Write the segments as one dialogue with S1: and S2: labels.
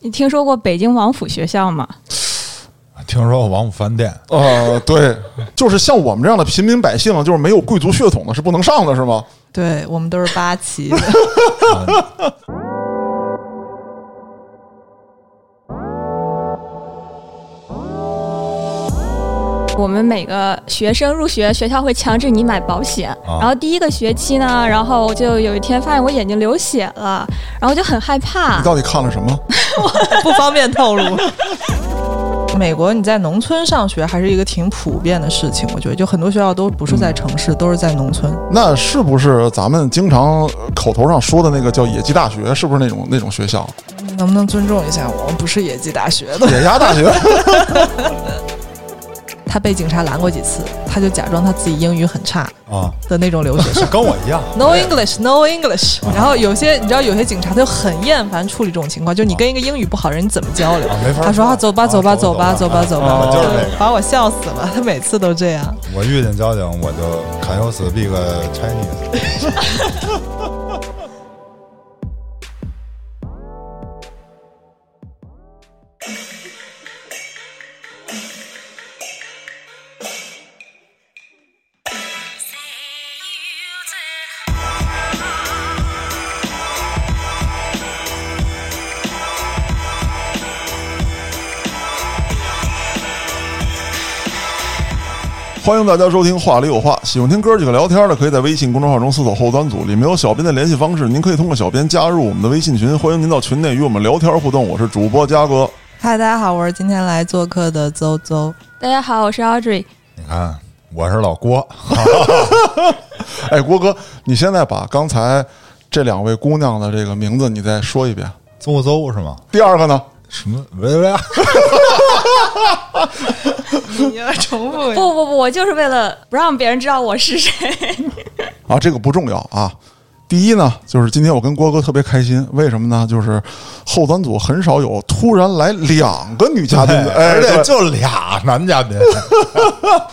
S1: 你听说过北京王府学校吗？
S2: 听说过王府饭店，
S3: 呃，对，就是像我们这样的平民百姓，就是没有贵族血统的是不能上的，是吗？
S4: 对我们都是八旗 的，
S1: 我们每个学生入学，学校会强制你买保险。
S2: 啊
S1: 然后第一个学期呢，然后就有一天发现我眼睛流血了，然后就很害怕
S3: 你。到底看了什么？
S4: 不方便透露。美国你在农村上学还是一个挺普遍的事情，我觉得就很多学校都不是在城市，都是在农村。
S3: 那是不是咱们经常呃口头上说的那个叫野鸡大学？是不是那种那种学校？
S4: 能不能尊重一下？我们不是野鸡大学的。
S3: 野鸭大学？
S4: 他被警察拦过几次，他就假装他自己英语很差
S2: 啊，。
S4: 的那种留 学生
S2: 跟我 一样，
S4: No English, no English。然后有些你知道，有些警察他就很厌烦处理这种情况，就你跟一个英语不好的人你怎么交流
S2: 啊？没法儿
S4: 他说啊，走吧，
S2: 啊
S4: 走吧，
S2: 走
S4: 走
S2: 吧
S4: 吧，走吧，走吧
S2: 啊，就是这个
S4: 把我笑死了。他每次都这样。
S2: 我遇见交警我就 Can you speak Chinese？
S3: 欢迎大家收听《话里有话》，喜欢听哥几个聊天的，可以在微信公众号中搜索“后端组”，里面有小编的联系方式，您可以通过小编加入我们的微信群，欢迎您到群内与我们聊天互动。我是主播嘉哥，
S4: 嗨，大家好，我是今天来做客的邹邹。
S1: 大家好，我是 Audrey。
S2: 你看，我是老郭，
S3: 哎，郭哥，你现在把刚才这两位姑娘的这个名字你再说一遍。
S2: 邹邹是吗？
S3: 第二个呢？
S2: 什么维维亚？
S4: 你要重复
S1: 不不不，我就是为了不让别人知道我 是谁。
S3: 啊，这个不重要啊。第一呢，就是今天我跟郭哥特别开心，为什么呢？就是后端组很少有突然来两个女嘉宾的，哎，
S2: 而且
S3: 对
S2: 就俩男嘉宾，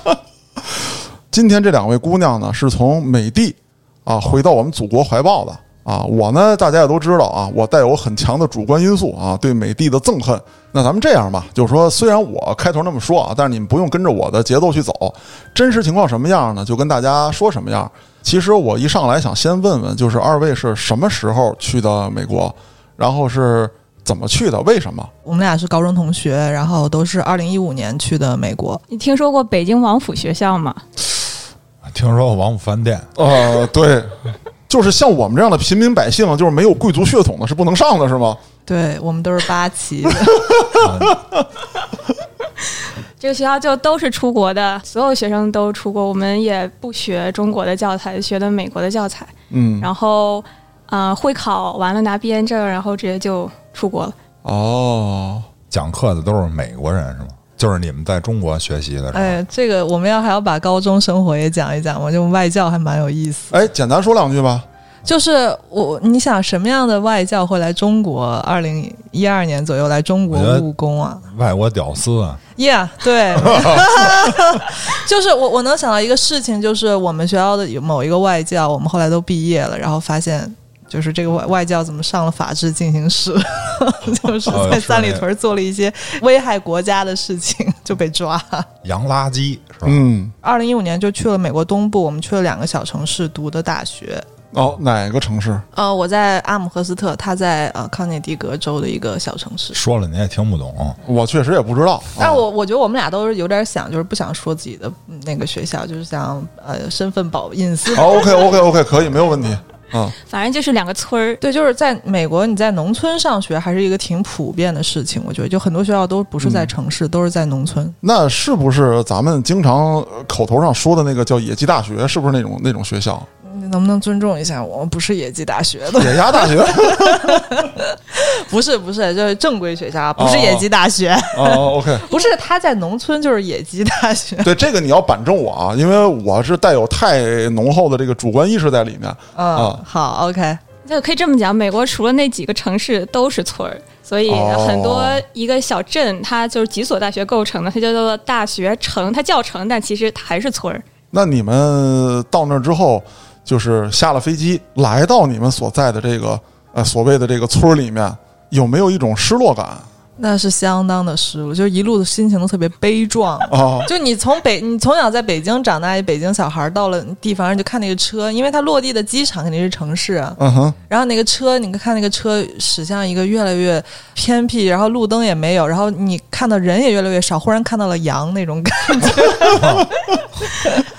S3: 今天这两位姑娘呢，是从美帝啊回到我们祖国怀抱的啊。我呢，大家也都知道啊，我带有很强的主观因素啊，对美帝的憎恨。那咱们这样吧，就是说，虽然我开头那么说啊，但是你们不用跟着我的节奏去走，真实情况什么样呢，就跟大家说什么样。其实我一上来想先问问，就是二位是什么时候去的美国，然后是怎么去的，为什么？
S4: 我们俩是高中同学，然后都是二零一五年去的美国。
S1: 你听说过北京王府学校吗？
S2: 听说过王府饭店，
S3: 呃，对，就是像我们这样的平民百姓，就是没有贵族血统的是不能上的，是吗？
S4: 对我们都是八旗 的，
S1: 这个学校就都是出国的，所有学生都出国，我们也不学中国的教材，学的美国的教材。
S3: 嗯，
S1: 然后，呃，会考完了拿毕业证，然后直接就出国了。
S3: 哦，
S2: 讲课的都是美国人是吗？就是你们在中国学习的是吗？
S4: 哎，这个我们要还要把高中生活也讲一讲，我就外教还蛮有意思。
S3: 哎，简单说两句吧。
S4: 就是我，你想什么样的外教会来中国？二零一二年左右来中国
S2: 我觉得
S4: 务工啊
S2: 外国屌丝啊，
S4: ，Yeah，对， 就是我我能想到一个事情，就是我们学校的有某一个外教，我们后来都毕业了，然后发现。就是这个外外教怎么上了法制进行时， 就是
S2: 哦
S4: 在
S2: 是
S4: 三里
S2: 那个
S4: 屯做了一些危害国家的事情 就被抓。
S2: 洋垃圾是吧？
S3: 嗯，
S4: 二零一五年就去了美国东部，我们去了两个小城市读的大学。
S3: 哦，哪个城市？
S4: 呃，我在阿姆赫斯特，他在呃康涅狄格州的一个小城市。
S2: 说了你也听不懂，
S3: 我确实也不知道。
S4: 但
S3: 啊
S4: 我我觉得我们俩都是有点想，就是不想说自己的嗯那个学校，就是想呃身份保隐私。
S3: 好哦 OK OK OK 可以，没有问题。啊，
S1: 反正就是两个村儿，
S4: 对，就是在美国，你在农村上学还是一个挺普遍的事情。我觉得，就很多学校都不是在城市，都是在农村。
S3: 那是不是咱们经常呃口头上说的那个叫野鸡大学，是不是那种那种学校？
S4: 你能不能尊重一下？我们不是野鸡大学的，
S3: 野鸭大学？
S4: 不是不是，就是正规学校，不是野鸡大学，
S3: 哦，OK，
S4: 不是他在农村就是野鸡大学。
S3: 对这个你要板正我啊，因为我是带有太浓厚的这个主观意识在里面。啊
S4: 嗯，好，OK。
S1: 就可以这么讲，美国除了那几个城市都是村儿，所以
S3: 哦
S1: 很多一个小镇，它就是几所大学构成的，它叫做大学城，它叫城，但其实它还是村儿。
S3: 那你们到那儿之后，就是下了飞机，来到你们所在的这个呃所谓的这个村儿里面，有没有一种失落感
S4: 那是相当的失落，就一路的心情都特别悲壮。
S3: 啊？
S4: 就你从北，你从小在北京长大，一北京小孩到了地方，然后你就看那个车，因为它落地的机场肯定是城市啊。
S3: 嗯哼，
S4: 然后那个车，你看那个车驶向一个越来越偏僻，然后路灯也没有，然后你看到人也越来越少，忽然看到了羊那种感觉。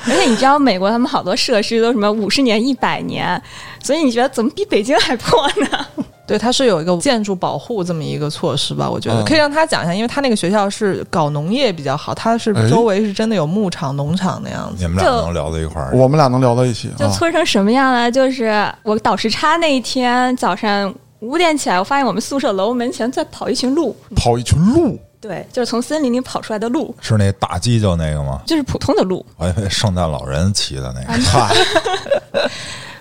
S1: 而且你知道美国他们好多设施都什么五十年、一百年，所以你觉得怎么比北京还破呢？
S4: 对，它是有一个建筑保护这么一个措施吧？我觉得
S3: 嗯
S4: 可以让他讲一下，因为他那个学校是搞农业比较好，它是
S3: 哎
S4: 周围是真的有牧场、农场那样子。
S2: 你们俩
S1: 就
S2: 能聊到一块儿去，
S3: 我们俩能聊到一起
S1: 就
S3: 啊？
S1: 村成什么样了？就是我倒时差那一天早上五点起来，我发现我们宿舍楼门前在跑一群鹿，
S3: 跑一群鹿
S1: 对，就是从森林里跑出来的鹿，
S2: 是那大犄角那个吗？
S1: 就是普通的鹿。
S2: 我以为圣诞老人骑的那
S4: 啊
S2: 个。
S3: 嗨，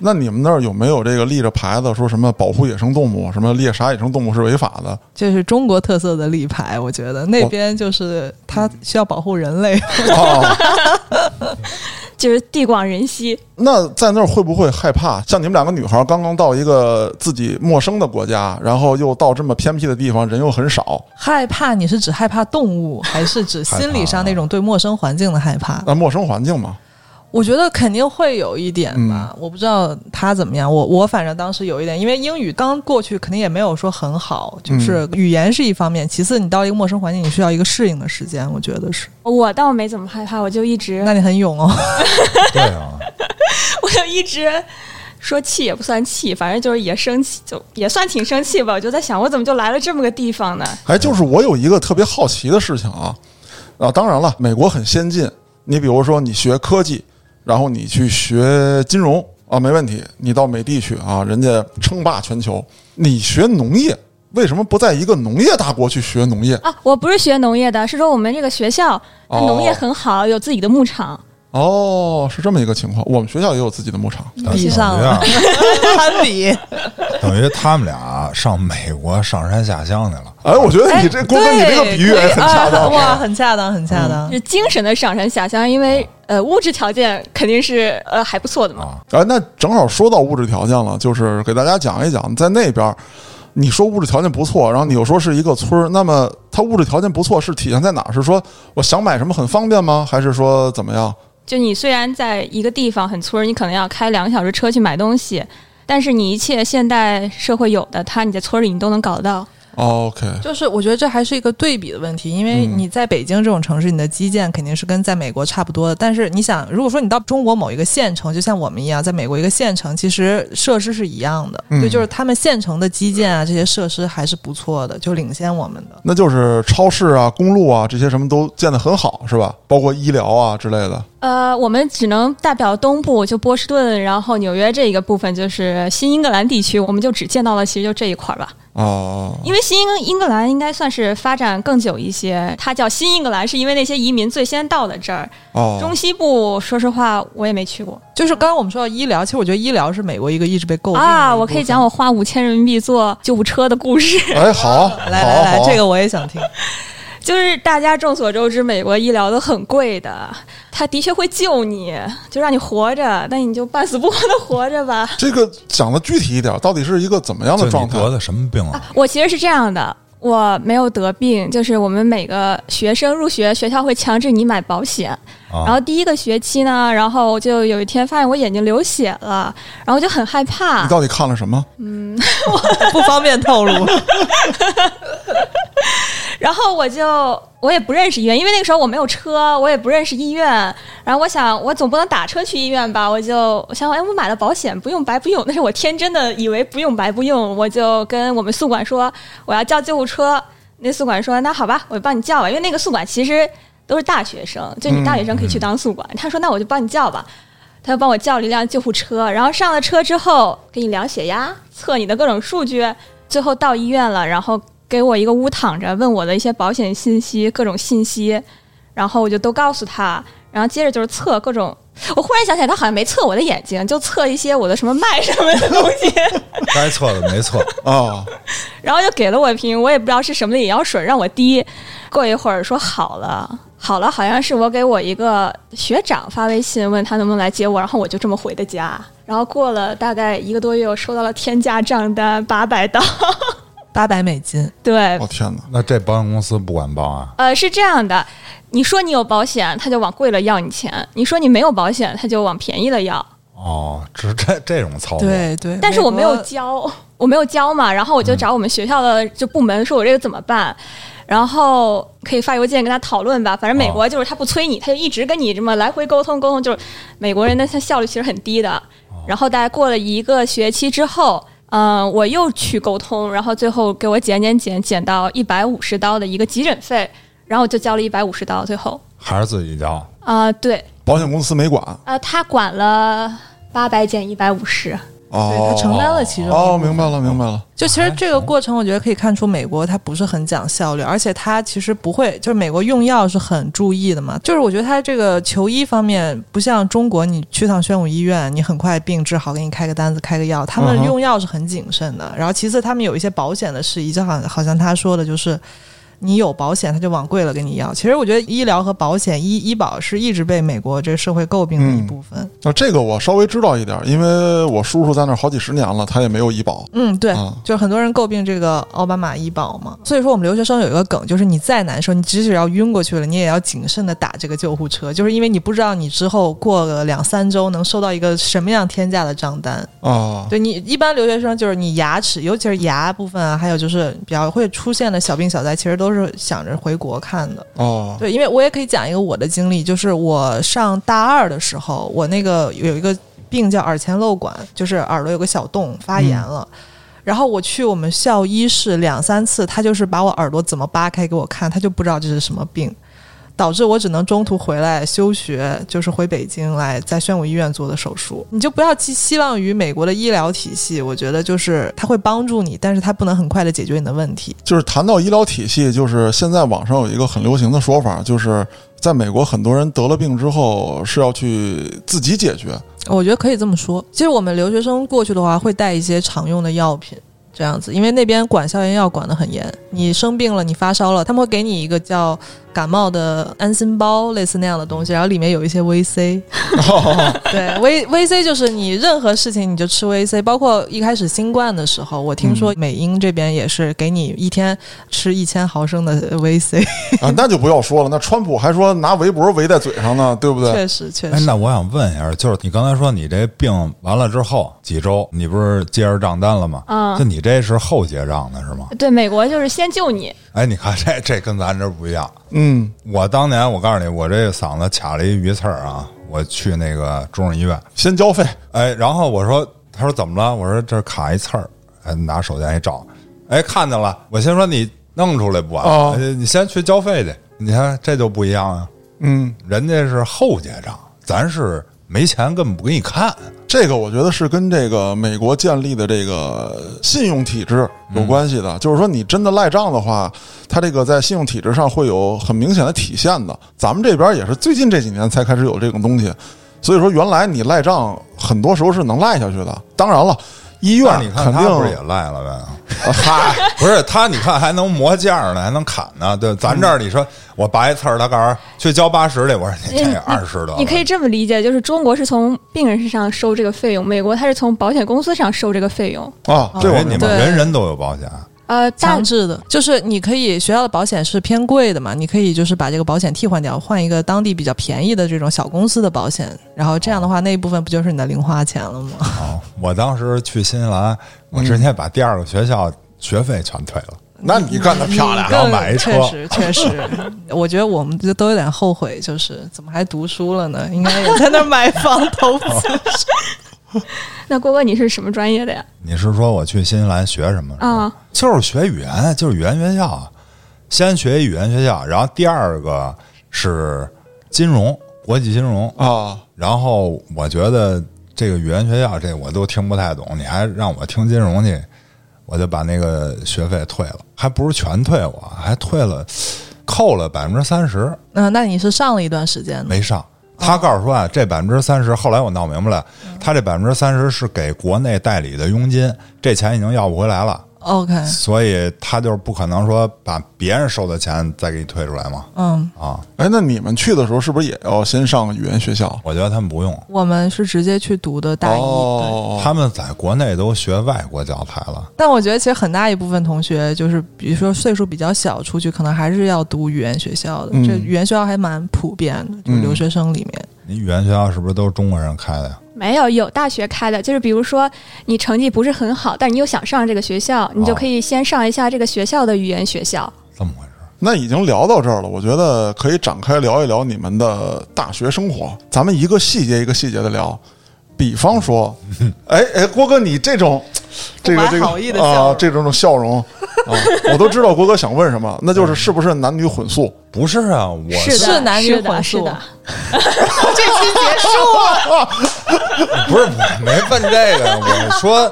S3: 那你们那儿有没有这个立着牌子说什么保护野生动物，什么猎杀野生动物是违法的？
S4: 这是中国特色的立牌，我觉得那边就是它需要保护人类。
S3: 啊，
S1: 就是地广人稀，
S3: 那在那儿会不会害怕？像你们两个女孩刚刚到一个自己陌生的国家，然后又到这么偏僻的地方，人又很少，
S4: 害怕你是指害怕动物，还 是指心理上那种对陌生环境的害怕？
S3: 那陌生环境嘛，
S4: 我觉得肯定会有一点
S3: 嗯
S4: 吧，我不知道他怎么样。我我反正当时有一点，因为英语刚过去，肯定也没有说很好，
S3: 嗯
S4: 就是语言是一方面，其次你到一个陌生环境，你需要一个适应的时间，我觉得 是。
S1: 我倒没怎么害怕，我就一直
S4: 那你很勇哦，
S2: 对 啊，
S1: 我就一直说气也不算气，反正就是也生气，就也算挺生气吧。我就在想，我怎么就来了这么个地方呢？
S3: 哎，就是我有一个特别好奇的事情啊，啊，当然了，美国很先进，你比如说你学科技，然后你去学金融啊，没问题，你到美帝去啊，人家称霸全球。你学农业，为什么不在一个农业大国去学农业？
S1: 啊，我不是学农业的，是说我们这个学校它
S3: 哦
S1: 农业很好，有自己的牧场。
S3: 哦，是这么一个情况。我们学校也有自己的牧场，
S4: 比上
S2: 等于啊
S4: 了， 攀比。
S2: 等于他们俩上美国上山下乡去了。
S3: 哎，我觉 得你这
S4: 哎
S3: 郭飞，你这个比喻也很恰
S4: 对可以
S3: 当。
S4: 啊
S3: 嗯
S4: 哇，很恰当，很恰当。
S1: 就是精神的上山下乡，因为呃物质条件肯定是呃还不错的嘛。
S3: 哎，那正好说到物质条件了，就是给大家讲一讲，在那边儿，你说物质条件不错，然后你又说是一个村儿，那么它物质条件不错是体现在哪儿？是说我想买什么很方便吗？还是说怎么样？
S1: 就你虽然在一个地方很村儿，你可能要开两个小时车去买东西，但是你一切现代社会有的，它你在村儿里你都能搞得到。
S3: 哦？OK，
S4: 就是我觉得这还是一个对比的问题，因为
S3: 嗯
S4: 你在北京这种城市，你的基建肯定是跟在美国差不多的。但是你想，如果说你到中国某一个县城，就像我们一样，在美国一个县城，其实设施是一样的，
S3: 嗯
S4: 对，就是他们县城的基建啊，这些设施还是不错的，就领先我们的。
S3: 那就是超市啊、公路啊这些什么都建得很好，是吧？包括医疗啊之类的。
S1: 呃，我们只能代表东部，就波士顿，然后纽约这一个部分，就是新英格兰地区，我们就只见到了，其实就这一块儿吧。
S3: 哦，
S1: 因为新英英格兰应该算是发展更久一些，它叫新英格兰，是因为那些移民最先到的这儿。
S3: 哦
S1: 中，西部，说实话，我也没去过
S4: 就是刚刚我们说到医疗，其实我觉得医疗哦是美国一个一直被诟病的
S1: 啊。
S4: 一
S1: 我可
S4: 部
S1: 以
S4: 分
S1: 讲我花五千人民币坐救护车的故事。
S3: 哎，好，好，
S4: 来来来，
S3: 好
S4: 这个我也想听。
S1: 就是大家众所周知，美国医疗都很贵的，它的确会救你，就让你活着，但你就半死不活的活着吧。
S3: 这个讲的具体一点，到底是一个怎么样
S2: 就
S3: 的状
S2: 你
S3: 态？
S2: 得的什么病啊？
S1: 我其实是这样的，我没有得病，就是我们每个学生入学，学校会强制你买保险。
S2: 啊
S1: 然后第一个学期呢，然后就有一天发现我眼睛流血了，然后我就很害怕
S3: 你。到底看了什么？
S4: 不方便透 露，
S1: 然后我就我也不认识医院，因为那个时候我没有车，我也不认识医院。然后我想，我总不能打车去医院吧？我就我想，哎，我买了保险，不用白不用。但是我天真的以为不用白不用，我就跟我们宿管说我要叫救护车。那宿管说，那好吧，我帮你叫吧，因为那个宿管其实都是大学生，就你大学生可以去当宿管。他说，那我就帮你叫吧。他就帮我叫了一辆救护车，然后上了车之后给你量血压，测你的各种数据，最后到医院了，然后给我一个屋躺着，问我的一些保险信息、各种信息，然后我就都告诉他，然后接着就是测各种。我忽然想起来，他好像没测我的眼睛，就测一些我的什么脉什么的东西，
S2: 该测的没测，
S3: 啊，
S1: 然后就给了我一瓶我也不知道是什么的眼药水让我滴。过一会儿说好了，好了，好像是我给我一个学长发微信问他能不能来接我，然后我就这么回的 家。然后过了大概一个多月，我收到了天价账单八百刀。
S4: 八百美金，
S1: 对
S3: 我、，天哪！
S2: 那这保险公司不管报啊？
S1: 呃，是这样的，你说你有保险，他就往贵了要你钱；你说你没有保险，他就往便宜了要。
S2: 哦，只是这这种操作。
S4: 对对。
S1: 但是我没有
S4: 美国嗯
S1: 交，我没有交嘛，然后我就找我们学校的就部门说，我这个怎么办？然后可以发邮件跟他讨论吧，反正美
S2: 哦
S1: 国就是他不催你，他就一直跟你这么来回沟通沟通，就是美国人的他效率其实很低的。
S4: 哦
S1: 然后大概过了一个学期之后，嗯、我又去沟通，然后最后给我减减减减到一百五十刀的一个急诊费，然后我就交了一百五十刀，最后
S2: 还是自己交。
S1: 啊、对，
S3: 保险公司没管
S1: 呃，他管了八百减一百五十，
S4: 对
S3: 哦
S4: 他承担了其中一
S3: 哦，
S4: 部分
S3: 明白了，明白了。
S4: 就其实这个过程，我觉得可以看出美国它不是很讲效率，而且它其实不会，就是美国用药是很注意的嘛。就是我觉得它这个求医方面不像中国，你去趟宣武医院，你很快病治好，给你开个单子开个药，他
S3: 嗯
S4: 们
S3: 哼
S4: 用药是很谨慎的。然后其次，他们有一些保险的事宜，就好像好像他说的就是。你有保险，他就往贵了给你要。其实我觉得医疗和保险、医医保是一直被美国这个社会诟病的一
S3: 嗯
S4: 部分。
S3: 那这个我稍微知道一点，因为我叔叔在那儿好几十年了，他也没有医保。
S4: 嗯，对，
S3: 啊
S4: 就是很多人诟病这个奥巴马医保嘛，所以说我们留学生有一个梗，就是你再难受，你即使要晕过去了，你也要谨慎的打这个救护车，就是因为你不知道你之后过个两三周能收到一个什么样天价的账单。
S3: 啊，
S4: 对你一般留学生就是你牙齿，尤其是牙部分啊，还有就是比较会出现的小病小灾，其实都是想着回国看的。
S3: 哦，
S4: 对，因为我也可以讲一个我的经历，就是我上大二的时候，我那个有一个病叫耳前漏管，就是耳朵有个小洞发炎了。然后我去我们校医室两三次，他就是把我耳朵怎么扒开给我看，他就不知道这是什么病，导致我只能中途回来休学，就是回北京来在宣武医院做的手术。你就不要寄希望于美国的医疗体系，我觉得就是他会帮助你，但是他不能很快的解决你的问题。
S3: 就是谈到医疗体系，就是现在网上有一个很流行的说法，就是在美国很多人得了病之后是要去自己解决。
S4: 我觉得可以这么说。其实我们留学生过去的话，会带一些常用的药品，这样子，因为那边管消炎药管得很严。你生病了，你发烧了，他们会给你一个叫感冒的安心包，类似那样的东西，然后里面有一些 VC。对，V VC 就是你任何事情你就吃 VC，包括一开始新冠的时候，我听说美英这边也是给你一天吃一千毫升的 VC。
S3: 啊，那就不要说了。那川普还说拿围脖围在嘴上呢，对不对？
S4: 确实，确
S2: 哎，
S4: 实。
S2: 那我想问一下，就是你刚才说你这病完了之后几周，你不是接着账单了吗？
S1: 嗯
S2: 就你这是后结账的是吗？
S1: 对，美国就是先救你，
S2: 哎，你看这 这跟咱这不一样。
S3: 嗯，
S2: 我当年我告诉你，我这嗓子卡了一鱼刺儿啊，我去那个中日医院，
S3: 先交费。
S2: 哎，然后我说，他说怎么了？我说这儿卡一刺儿，哎，拿手电一照，哎，看见了。我先说你弄出来不完，
S3: 哦
S2: 哎你先去交费去。你看这就不一样啊，
S3: 嗯，
S2: 人家是后结账，咱是没钱根本不给你看。
S3: 这个我觉得是跟这个美国建立的这个信用体制
S2: 嗯
S3: 有关系的。就是说，你真的赖账的话，它这个在信用体制上会有很明显的体现的。咱们这边也是最近这几年才开始有这种东西，所以说原来你赖账很多时候是能赖下去的。当然了，医院
S2: 但是你看
S3: 肯定
S2: 他不是也赖了
S3: 啊嗨，
S2: 呗？ 不是他，你看还能磨件儿呢，还能砍呢。对，咱这儿你说我拔一刺儿，他告诉我去交八十去，我说你这二十的，
S1: 你可以这么理解，就是中国是从病人身上收这个费用，美国它是从保险公司上收这个费用。
S3: 啊，
S2: 因
S3: 这我
S2: 为
S3: 明
S2: 你
S3: 白。
S2: 们
S4: 对
S2: 人人都有保险。
S1: 呃，但
S4: 强制的，就是你可以学校的保险是偏贵的嘛，你可以就是把这个保险替换掉，换一个当地比较便宜的这种小公司的保险，然后这样的话那一部分不就是你的零花钱了吗？
S2: 哦，我当时去新西兰，我直接把第二个学校学费全退了。
S3: 那你干得漂亮，
S2: 然后啊买一车
S4: 确实确实，我觉得我们就都有点后悔，就是怎么还读书了呢？应该也在那儿买房投资。
S3: 哦
S1: 那郭哥你是什么专业的呀？
S2: 你是说我去新西兰学什么？
S1: 啊，
S2: 就是学语言，就是语言学校，啊先学语言学校，然后第二个是金融，国际金融。
S3: 啊！
S2: 然后我觉得这个语言学校这我都听不太懂，你还让我听金融去，我就把那个学费退了，还不是全退我，还退了扣了百分之三十，
S4: 嗯、那你是上了一段时间的，
S2: 没上。他告诉说
S4: 哦
S2: 啊，这百分之三十，后来我
S4: 嗯
S2: 闹明白了，他这百分之三十是给国内代理的佣金，这钱已经要不回来了。
S4: OK，
S2: 所以他就是不可能说把别人收的钱再给你退出来嘛。
S4: 嗯，
S2: 啊，
S3: 哎，那你们去的时候是不是也要先上语言学校？
S2: 我觉得他们不用，
S4: 我们是直接去读的大一。对
S3: 哦，
S2: 他们在国内都学外国教材了。
S4: 但我觉得其实很大一部分同学就是，比如说岁数比较小，出去可能还是要读语言学校的。
S3: 嗯
S4: 这语言学校还蛮普遍的，就
S3: 嗯
S4: 留学生里面。
S2: 你语言学校是不是都是中国人开的呀？
S1: 没有，有大学开的，就是比如说你成绩不是很好，但你又想上这个学校，你
S2: 哦
S1: 就可以先上一下这个学校的语言学校。
S2: 这么回事？
S3: 那已经聊到这儿了，我觉得可以展开聊一聊你们的大学生活，咱们一个细节一个细节的聊。比方说，哎哎，郭哥，你这 种这个
S4: 不怀
S3: 这个
S4: 好意的笑容
S3: 啊，这种笑容 啊，我都知道郭哥想问什么，那就是是不是男女混宿？
S2: 不是啊，我
S1: 的，
S4: 是男女
S1: 是的，
S4: 混
S1: 是
S4: 宿啊
S1: 的。
S4: 这期结束了，
S2: 不是我没问这 个，我说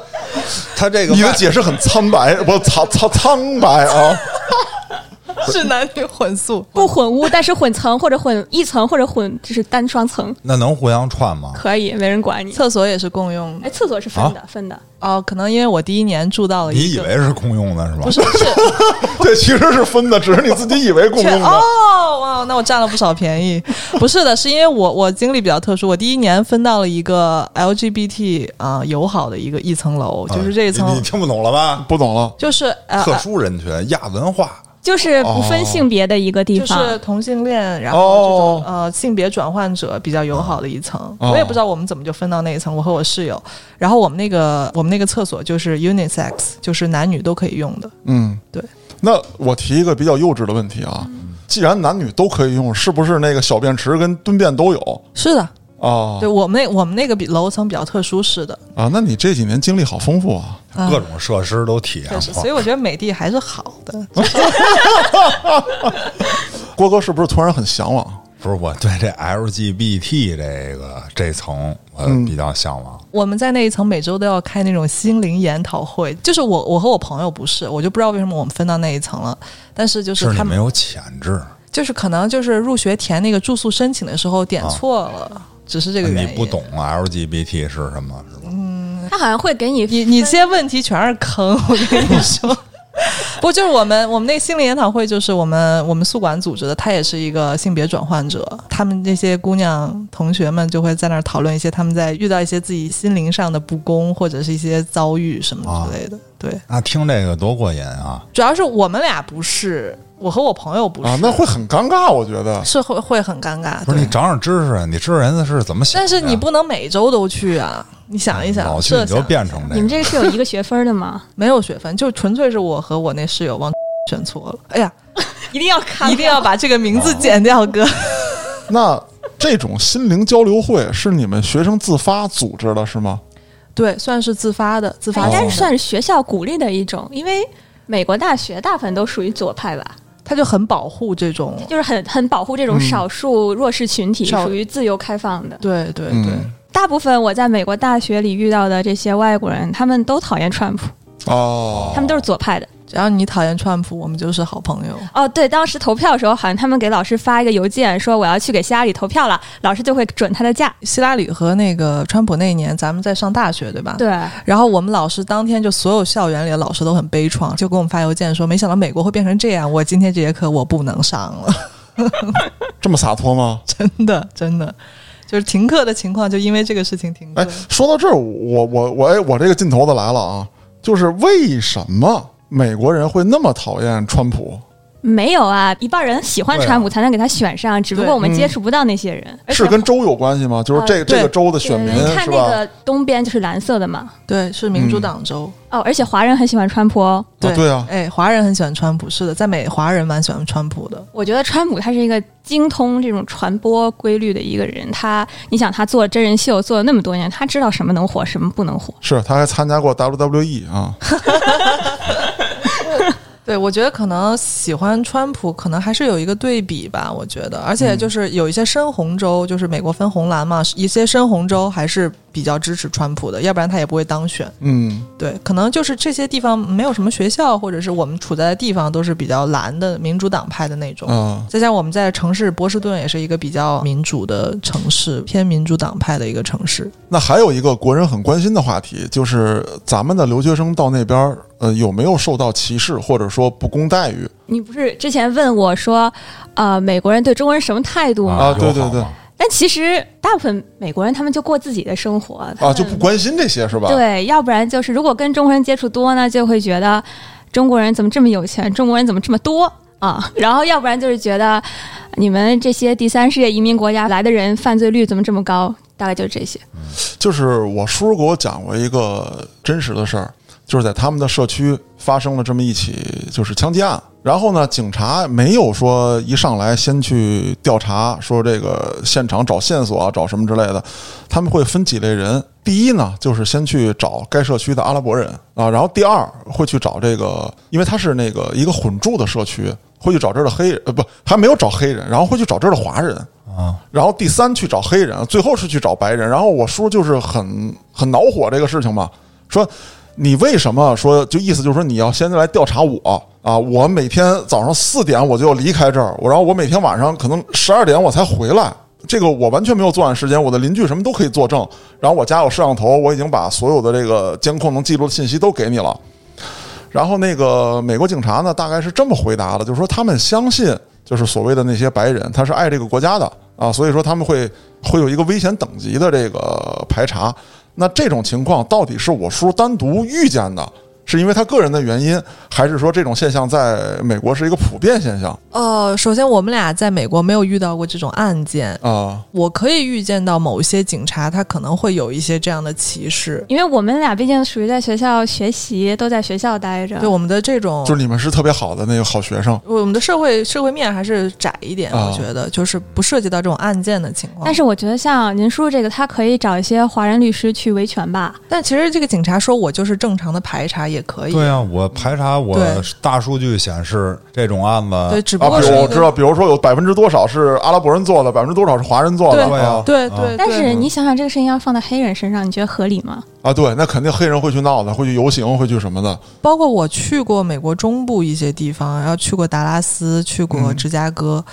S2: 他这个
S3: 你的
S2: 外
S3: 解释很苍白， 不苍苍苍白啊！
S4: 是男女混宿。
S1: 不混屋，但是混层或者混一层或者混就是单双层，
S2: 那能互相串吗？
S1: 可以，没人管你。
S4: 厕所也是共用的
S1: 哎，厕所是分的，
S2: 啊
S1: 分的。
S4: 哦，可能因为我第一年住到了
S2: 你
S4: 哦一
S2: 以
S4: 个，
S2: 为是公用的是吧？
S4: 不 是是
S3: 对，其实是分的，只是你自己以为共
S4: 确
S3: 用的。
S4: 哦哇，那我占了不少便宜。 不是的，是因为我我经历比较特殊，我第一年分到了一个 LGBT 啊、友好的一个一层楼，
S2: 啊
S4: 就是这一层
S2: 你你听不懂了吧？
S3: 不懂了，
S4: 就是呃
S2: 特殊人群亚文化，
S1: 就是不
S2: 哦
S1: 分性别的一个地
S4: 就
S1: 方，
S4: 是同性恋，然后
S3: 哦
S4: 这种呃性别转换者比较友好的一层。
S2: 哦
S4: 我也不知道我们怎么就分到那一层，我和我室友。然后我们那个我们那个厕所就是 unisex，就是男女都可以用的。
S3: 嗯，
S4: 对。
S3: 那我提一个比较幼稚的问题啊，
S4: 嗯
S3: 既然男女都可以用，是不是那个小便池跟蹲便都有
S4: 是的，
S3: 啊
S4: 对？我们那我们那个比楼层比较特殊，是的。
S2: 哦
S3: 啊，那你这几年经历好丰富啊！
S4: 啊
S2: 各种设施都体验
S4: 对，
S2: 过
S4: 所以。我觉得美的还是好的。
S3: 郭哥是不是突然很向往？
S2: 不是我对这 LGBT 这个这层我
S3: 嗯
S2: 比较向往，
S4: 我们在那一层每周都要开那种心灵研讨会，就是我我和我朋友不是，我就不知道为什么我们分到那一层了。但是就
S2: 是
S4: 是他
S2: 你
S4: 们
S2: 没有潜质，
S4: 就是可能就是入学填那个住宿申请的时候点错了，只是这个原
S2: 哦你
S4: 因。
S2: 不懂啊 LGBT 是什么，是吧？
S1: 他好像会给你
S4: 你你这些问题全是坑，我跟 你说。不就是我们我们那个心理研讨会，就是我们我们宿管组织的，他也是一个性别转换者，他们那些姑娘同学们就会在那儿讨论一些他们在遇到一些自己心灵上的不公或者是一些遭遇什么
S2: 啊
S4: 之类的。对，
S2: 那听这个多过瘾啊！
S4: 主要是我们俩不是，我和我朋友不是，
S3: 啊，那会很尴尬，我觉得。
S4: 是会会很尴尬。
S2: 不是
S4: 对
S2: 你长长知识，你知道人家是怎么想的呀，
S4: 但是你不能每周都去啊！你想一想，
S2: 啊老去
S4: 设
S2: 你就
S4: 想一
S2: 变
S4: 下
S2: 成
S3: 哎
S1: 你
S2: 这
S1: 们
S2: 个。
S1: 这个是有一个学分的吗？
S4: 没有学分，就纯粹是我和我那室友忘 选错了。哎呀，
S1: 一定要看
S4: 一定要把这个名字剪掉，哥。
S3: 那这种心灵交流会是你们学生自发组织的，是吗？
S4: 对，算是自发的，自发
S1: 应
S4: 组织
S1: 该
S4: 的
S1: 哎是算是学校鼓励的一种，因为美国大学大部分都属于左派吧，
S4: 他就很保护这种。
S1: 就是很很保护这
S3: 嗯
S1: 种少数弱势群体，
S4: 少
S1: 属于自由开放的。
S4: 对对对，
S3: 嗯
S1: 大部分我在美国大学里遇到的这些外国人，他们都讨厌川普，
S3: 哦
S1: 他们都是左派的。
S4: 只要你讨厌川普，我们就是好朋友。
S1: 哦，对，当时投票的时候，好像他们给老师发一个邮件，说我要去给希拉里投票了，老师就会准他的假。
S4: 希拉里和那个川普那一年，咱们在上大学，对吧？。
S1: 对，
S4: 然后我们老师当天就所有校园里的老师都很悲怆，就给我们发邮件说，没想到美国会变成这样，我今天这节课我不能上了，
S3: 这么洒脱吗？
S4: 真的真的，就是停课的情况就因为这个事情停课。
S3: 哎，说到这儿，我我我哎，我这个劲头子来了啊！就是为什么美国人会那么讨厌川普？
S1: 没有啊，一半人喜欢
S2: 对啊
S1: 川普才能给他选上，只不
S4: 对
S1: 过我们接触不到那些人。
S3: 嗯是跟州有关系吗？就是这、
S1: 哎呃
S3: 这
S4: 对
S3: 个州的选
S1: 对
S3: 民
S1: 你看
S3: 是
S1: 那
S3: 吧？
S1: 个东边就是蓝色的嘛。
S4: 对，是民主党州。
S1: 哦，而且华人很喜欢川普哦。
S4: 对
S3: 啊嗯对啊
S4: 哎，华人很喜欢川普，是的，在美华人蛮喜欢川普的。
S1: 我觉得川普他是一个精通这种传播规律的一个人。他，你想他做真人秀做了那么多年，他知道什么能火，什么不能火。
S3: 是，他还参加过 WWE 啊，
S4: 对，我觉得可能喜欢川普，可能还是有一个对比吧。我觉得，而且就是有一些深红州，就是美国分红蓝嘛，一些深红州还是比较支持川普的，要不然他也不会当选。
S3: 嗯，
S4: 对，可能就是这些地方没有什么学校，或者是我们处在的地方都是比较蓝的民主党派的那种。
S3: 啊，
S4: 再加上我们在城市，波士顿也是一个比较民主的城市，偏民主党派的一个城市。
S3: 那还有一个国人很关心的话题，就是咱们的留学生到那边儿，呃，有没有受到歧视或者说不公待遇？
S1: 你不是之前问我说，呃，美国人对中国人什么态度吗？
S3: 啊对对
S2: 友好
S3: 对
S2: 嘛
S1: 但其实大部分美国人他们就过自己的生活他
S3: 啊，
S1: 们
S3: 就不关心这些是吧？
S1: 对，要不然就是如果跟中国人接触多呢，就会觉得中国人怎么这么有钱，中国人怎么这么多 啊？然后要不然就是觉得你们这些第三世界移民国家来的人犯罪率怎么这么高？大概就是这些。
S3: 就是我叔给我讲过一个真实的事儿，就是在他们的社区发生了这么一起就是枪击案。然后呢，警察没有说一上来先去调查，说这个现场找线索啊，找什么之类的，他们会分几类人。第一呢，就是先去找该社区的阿拉伯人啊，然后第二会去找这个，因为他是那个一个混住的社区，会去找这儿的黑人，呃，不，还没有找黑人，然后会去找这儿的华人。
S2: 啊，
S3: 然后第三去找黑人，最后是去找白人。然后我叔就是很很恼火这个事情嘛，说你为什么说就意思就是说你要先来调查我啊？我每天早上四点我就要离开这儿，我然后我每天晚上可能十二点我才回来。这个我完全没有作案时间，我的邻居什么都可以作证。然后我家有摄像头，我已经把所有的这个监控能记录的信息都给你了。然后那个美国警察呢，大概是这么回答的，就是说他们相信，就是所谓的那些白人，他是爱这个国家的啊，所以说他们会会有一个危险等级的这个排查。那这种情况到底是我叔单独遇见的，是因为他个人的原因，还是说这种现象在美国是一个普遍现象
S4: 呃，首先我们俩在美国没有遇到过这种案件，
S3: 啊？
S4: 我可以预见到某些警察他可能会有一些这样的歧视，
S1: 因为我们俩毕竟属于在学校学习，都在学校待着。
S4: 对我们的这种
S3: 就是你们是特别好的那个好学生
S4: 我们的社会社会面还是窄一点，
S3: 啊
S4: 我觉得就是不涉及到这种案件的情况。
S1: 但是我觉得像您叔这个，他可以找一些华人律师去维权吧。
S4: 但其实这个警察说我就是正常的排查也可以，
S2: 对啊，我排查我
S4: 对
S2: 大数据显示这种案
S4: 对
S2: 子，
S4: 只不
S3: 啊，
S4: 过
S3: 比
S4: 是
S3: 如
S4: 一
S3: 我知道，
S4: 个
S3: 比如说有百分之多少是阿拉伯人做的，百分之多少是华人做的
S2: 对
S3: 啊
S4: 对
S2: 啊
S4: 对，
S1: 但
S4: 对
S1: 是你想想，这个事情要放在黑人身上，你觉得合理吗？
S3: 啊，对，那肯定黑人会去闹的，会去游行，会去什么的。
S4: 包括我去过美国中部一些地方，然后去过达拉斯，去过
S3: 嗯
S4: 芝加哥。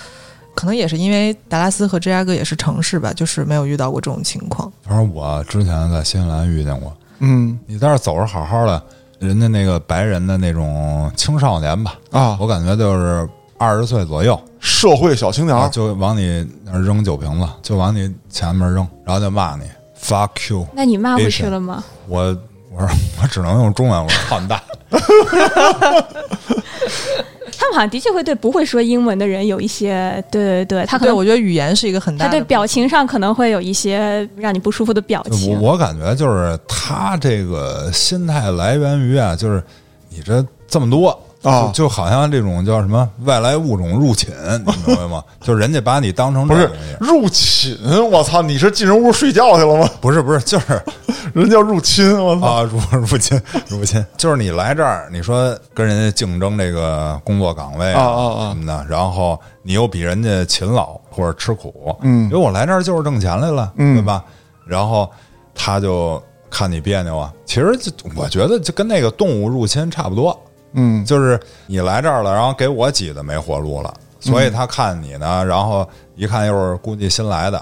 S4: 可能也是因为达拉斯和芝加哥也是城市吧，就是没有遇到过这种情况。
S2: 反正我之前在新西兰遇见过，
S3: 嗯
S2: 你在那儿走着好好的，人家那个白人的那种青少年吧，
S3: 啊，
S2: 我感觉就是二十岁左右，
S3: 社会小青年
S2: 然
S3: 儿
S2: 后就往你那儿扔酒瓶子，就往你前面扔，然后就骂你 fuck you。
S1: 那你骂回去了吗？
S2: 我我说我只能用中文，我说操你 大，
S1: 他们好像的确会对不会说英文的人有一些，对对对，他可
S4: 对，
S1: 能
S4: 我觉得语言是一个很大
S1: 他
S4: 的
S1: 对表情上可能会有一些让你不舒服的表情。
S2: 呃我我感觉就是他这个心态来源于啊，就是你这这么多。
S3: 啊
S2: 就就好像这种叫什么外来物种入侵，你明白吗？ 就是人家把你当成
S3: 不
S2: 这
S3: 是
S2: 种东西
S3: 入侵，我操！你是进人屋睡觉去了吗？
S2: 不是不是，就是
S3: 人叫入侵，我操！
S2: 啊，入 入侵入侵，就是你来这儿，你说跟人家竞争这个工作岗位
S3: 啊啊啊
S2: 什么的，然后你又比人家勤劳或者吃苦，
S3: 嗯
S2: 因为我来这儿就是挣钱来了，对吧？然后他就看你别扭啊，其实就我觉得就跟那个动物入侵差不多，
S3: 嗯
S2: 就是你来这儿了，然后给我挤的没活路了，所
S3: 嗯
S2: 以他看你呢，然后一看又是估计新来的，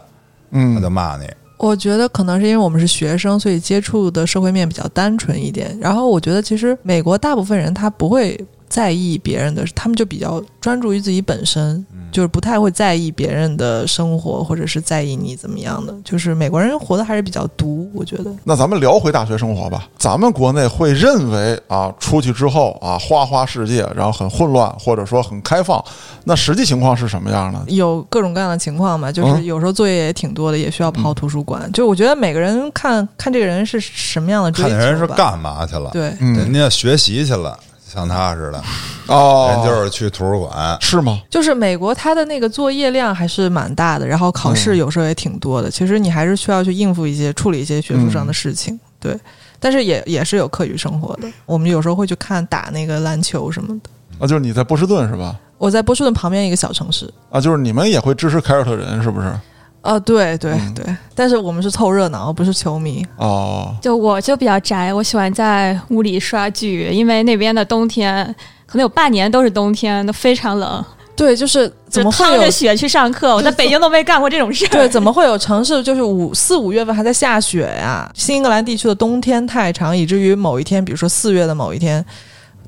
S2: 他就
S3: 嗯
S2: 骂你，
S4: 我觉得可能是因为我们是学生，所以接触的社会面比较单纯一点。然后我觉得其实美国大部分人他不会在意别人的，他们就比较专注于自己本身，
S2: 嗯
S4: 就是不太会在意别人的生活或者是在意你怎么样的。就是美国人活得还是比较独，我觉得。
S3: 那咱们聊回大学生活吧。咱们国内会认为啊，出去之后啊，花花世界，然后很混乱，或者说很开放。那实际情况是什么样呢？
S4: 有各种各样的情况嘛，
S2: 哦
S4: 就是
S3: 嗯
S4: 有时候作业也挺多的，也需要跑图书馆。就我觉得每个人看看这个人是什么样的追
S2: 看
S4: 求吧，
S2: 见人是干嘛去了，
S4: 对，
S2: 人
S3: 嗯
S2: 家学习去了，像他似的，
S3: 哦，
S2: 人哎就是去图书馆。
S3: 是吗？
S4: 就是美国它的那个作业量还是蛮大的，然后考试有时候也挺多的。其实你还是需要去应付一些、处理一些学术上的事情，对。但是也也是有课余生活的，我们有时候会去看打那个篮球什么的。
S3: 啊，就是你在波士顿是吧？
S4: 我在波士顿旁边一个小城市，
S3: 啊，就是你们也会支持凯尔特人是不是？
S4: 啊，对对
S3: 嗯
S4: 对，但是我们是凑热闹，不是球迷。
S3: 哦，
S1: 就我就比较宅，我喜欢在屋里刷剧，因为那边的冬天可能有半年都是冬天，都非常冷，
S4: 对，就是怎么
S1: 就
S4: 会
S1: 趟
S4: 有
S1: 着雪去上课？我在北京都没干过这种事儿。
S4: 对，怎么会有城市就是五四五月份还在下雪呀、新英格兰地区的冬天太长，以至于某一天，比如说四月的某一天，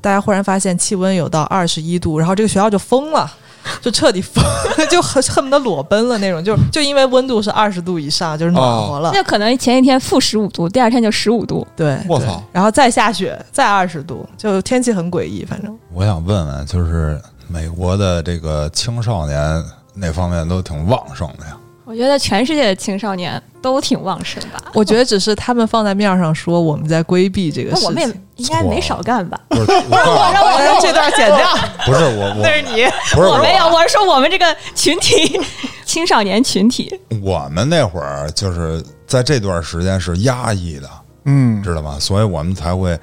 S4: 大家忽然发现气温有到二十一度，然后这个学校就疯了。就彻底疯， 就恨恨不得裸奔了那种，就就因为温度是二十度以上，就是暖和了。
S1: 那可能前一天负十五度，第二天就十五度。
S4: 对，
S3: 我
S4: 对
S3: 操！
S4: 然后再下雪，再二十度，就天气很诡异。反正
S2: 我想问问，就是美国的这个青少年那方面都挺旺盛的呀。
S1: 我觉得全世界的青少年都挺旺盛吧，
S4: 我觉得只是他们放在面上说我们在规避这个事
S1: 那
S4: 情。
S1: 我们也应该没少干吧？
S2: 不是，我告诉
S4: 我 让这段剪掉，
S2: 你，不是我我
S4: 那是你。
S2: 不是
S1: 我没有，我是说我们这个群体， 青少年群体。
S2: 我们那会儿就是在这段时间是压抑的，
S3: 嗯，
S2: 知道吧？所以我们才会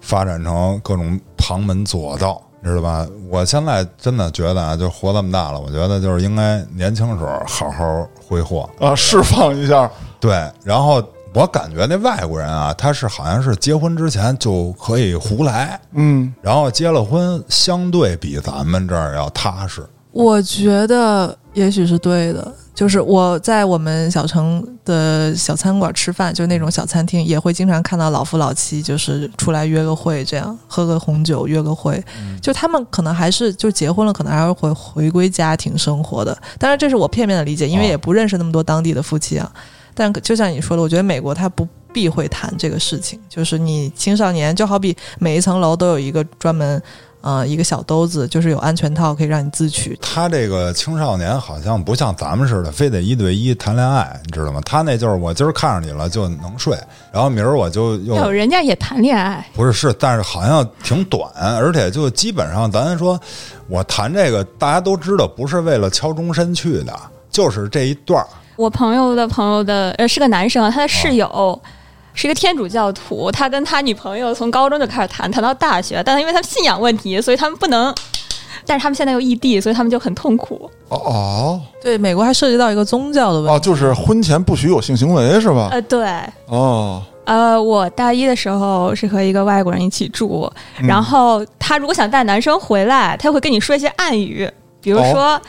S2: 发展成各种旁门左道，知道吧？我现在真的觉得啊，就活这么大了，我觉得就是应该年轻时候好好挥霍。
S3: 啊，释放一下，
S2: 对，然后我感觉那外国人啊，他是好像是结婚之前就可以胡来，
S3: 嗯，
S2: 然后结了婚，相对比咱们这儿要踏实。
S4: 我觉得也许是对的，就是我在我们小城的小餐馆吃饭，就那种小餐厅，也会经常看到老夫老妻，就是出来约个会，这样喝个红酒约个会，就他们可能还是就结婚了，可能还是会回归家庭生活的。当然，这是我片面的理解，因为也不认识那么多当地的夫妻啊。但就像你说的，我觉得美国它不避讳谈这个事情，就是你青少年就好比每一层楼都有一个专门。呃，一个小兜子就是有安全套，可以让你自取
S2: 他这个青少年好像不像咱们似的，非得一对一谈恋爱，你知道吗？他那就是我今儿看上你了就能睡，然后明儿我就又
S1: 有人家也谈恋爱，
S2: 不是是，但是好像挺短，而且就基本上咱说，我谈这个大家都知道，不是为了敲钟身去的，就是这一段儿。
S1: 我朋友的朋友的呃是个男生啊，他的室友是一个天主教徒，他跟他女朋友从高中就开始谈，谈到大学，但是因为他们信仰问题，所以他们不能。但是他们现在又异地，所以他们就很痛苦。
S3: 哦哦
S4: 对，美国还涉及到一个宗教的问
S3: 哦，
S4: 题。
S3: 就是婚前不许有性行为是吧？
S1: 呃，对，
S3: 哦，
S1: 呃，我大一的时候是和一个外国人一起住，然后他如果想带男生回来，他会跟你说一些暗语，比如说。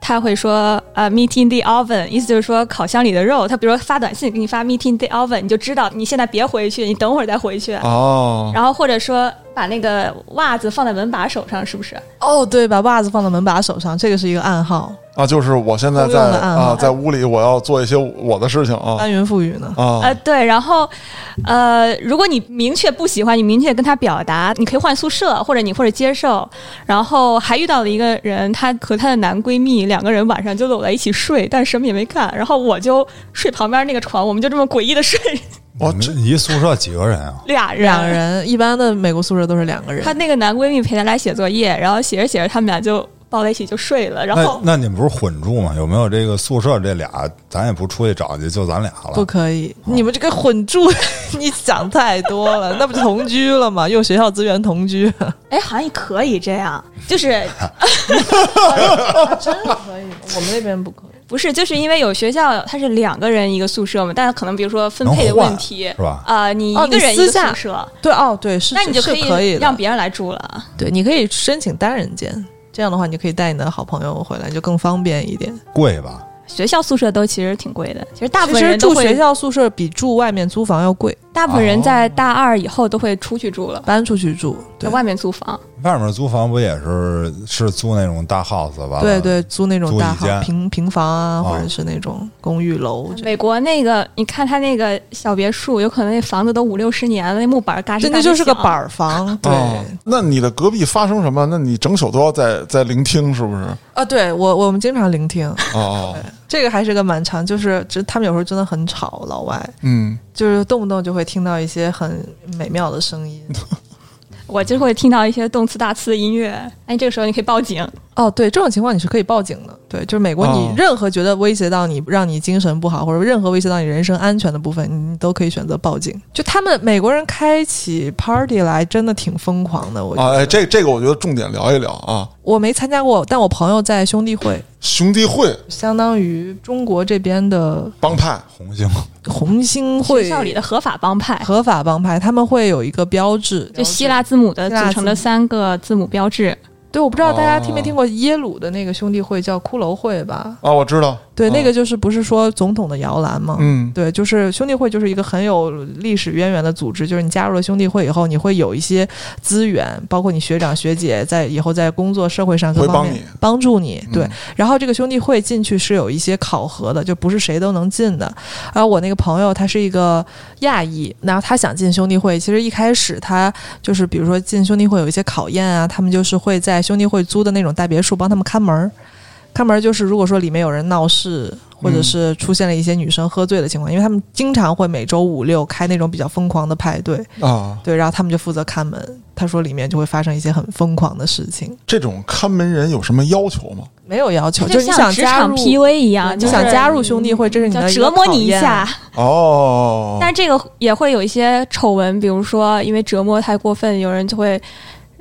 S1: 他会说呃、meat in the oven，意思就是说烤箱里的肉。他比如说发短信给你发 meat in the oven，你就知道你现在别回去，你等会儿再回去。
S3: 哦，
S1: 然后或者说把那个袜子放在门把手上，是不是？
S4: 哦，对，把袜子放到门把手上，这个是一个暗号，
S3: 啊，就是我现在
S4: 通
S3: 在
S4: 用的暗嗯号
S3: 啊，在屋里我要做一些我的事情啊
S4: 翻云覆雨呢。
S1: 呃
S3: 啊，，
S1: 对。然后呃，如果你明确不喜欢，你明确跟他表达，你可以换宿舍，或者你或者接受。然后还遇到了一个人，她和她的男闺蜜两个人晚上就搂在一起睡，但什么也没干。然后我就睡旁边那个床，我们就这么诡异的睡
S3: 哦
S2: 我们一宿舍几个人啊？
S1: 俩人。
S4: 两人一般的美国宿舍都是两个人
S1: 她，那个男闺蜜陪她来写作业，然后写着写着，他们俩就抱在一起就睡了。然
S2: 那
S1: 后
S2: 那你们不是混住吗？有没有这个宿舍这俩，咱也不出去找去，就咱俩
S4: 不
S2: 了。
S4: 可以。你们这个混住， 你想太多了，那不就同居了吗？用学校资源同居，
S1: 哎，好像也可以这样，就是
S4: 真的可以？我们那边不可以。
S1: 不是，就是因为有学校它是两个人一个宿舍嘛，但是可能比如说分配的
S2: 能换
S1: 问题
S2: 是吧
S1: 啊、你
S4: 哦
S1: 一个人一个
S4: 你私下
S1: 宿舍，
S4: 对，哦，对，是
S1: 那你就是可以
S4: 以的
S1: 让别人来住了。
S4: 对，你可以申请单人间，这样的话你就可以带你的好朋友回来，就更方便一点。
S2: 贵吧？
S1: 学校宿舍都其实挺贵的，其实大部
S4: 其
S1: 分
S4: 实
S1: 人都
S4: 住
S1: 会
S4: 学，校宿舍比住外面租房要贵，
S1: 大部分人在大二以后都会出去住了，
S4: 搬出去住，
S1: 在
S4: 对
S1: 外面租房。
S2: 外面租房不也是是租那种大 house 吧？
S4: 对对，租那种
S2: 租
S4: 大
S2: 一间
S4: 号平平房啊，
S2: 啊
S4: 或者是那种公寓楼。这
S1: 美国那个，你看他那个小别墅，有可能那房子都五六十年了，那木板儿嘎吱
S4: 真
S1: 嘎吱
S4: 的就是个
S1: 响
S4: 板。儿房， 对
S3: 哦那你的隔壁发生什么？那你整宿都要在在聆听，是不是？
S4: 啊，对我我们经常聆听，
S3: 哦，
S4: 这个还是个蛮长，就是这他们有时候真的很吵，老外
S3: 嗯，
S4: 就是动不动就会听到一些很美妙的声 音。
S1: 我就会听到一些动次大次的音乐。哎，这个时候你可以报警，
S4: 哦，对，这种情况你是可以报警的。对，就是美国，
S3: 哦
S4: 你任何觉得威胁到你、让你精神不好，或者任何威胁到你人身安全的部分，你你都可以选择报警。就他们美国人开起 party 来，真的挺疯狂的。我觉得
S3: 啊，哎，这这个我觉得重点聊一聊啊，
S4: 我没参加过，但我朋友在兄弟会，
S3: 兄弟会
S4: 相当于中国这边的
S3: 帮派，
S2: 红星
S4: 红星会
S1: 学校里的合法帮派，
S4: 合法帮派，他们会有一个标志，
S1: 就希腊字母的
S4: 希腊字母
S1: 组成的三个字母标志。
S4: 对，我不知道大家
S3: 哦
S4: 听没听过耶鲁的那个兄弟会叫骷髅会吧？
S3: 啊，我知道，
S4: 对，
S3: 嗯
S4: 那个就是不是说总统的摇篮吗？
S3: 嗯，
S4: 对，就是兄弟会就是一个很有历史渊源的组织，就是你加入了兄弟会以后，你会有一些资源，包括你学长学姐在以后在工作、社会上各
S3: 会
S4: 方
S3: 帮
S4: 面
S3: 你
S4: 帮助你。对，
S3: 嗯
S4: 然后这个兄弟会进去是有一些考核的，就不是谁都能进的。然后我那个朋友他是一个亚裔，然后他想进兄弟会，其实一开始他就是比如说进兄弟会有一些考验啊，他们就是会在兄弟会租的那种大别墅帮他们看门儿。看门儿就是如果说里面有人闹事，或者是出现了一些女生喝醉的情况，因为他们经常会每周五六开那种比较疯狂的派对，
S3: 啊，
S4: 对，然后他们就负责看门。他说里面就会发生一些很疯狂的事情。
S3: 这种看门人有什么要求吗？
S4: 没有要求，
S1: 就是
S4: 你想
S1: 像职
S4: 加
S1: 场
S4: 入
S1: PUA 一
S4: 对
S1: 样，
S4: 你
S1: 就是
S4: 想加入兄弟会，这是你
S1: 就
S4: 的
S1: 折磨你一
S4: 个考验
S1: 下。。
S3: 哦，
S1: 但是这个也会有一些丑闻，比如说因为折磨太过分，有人就会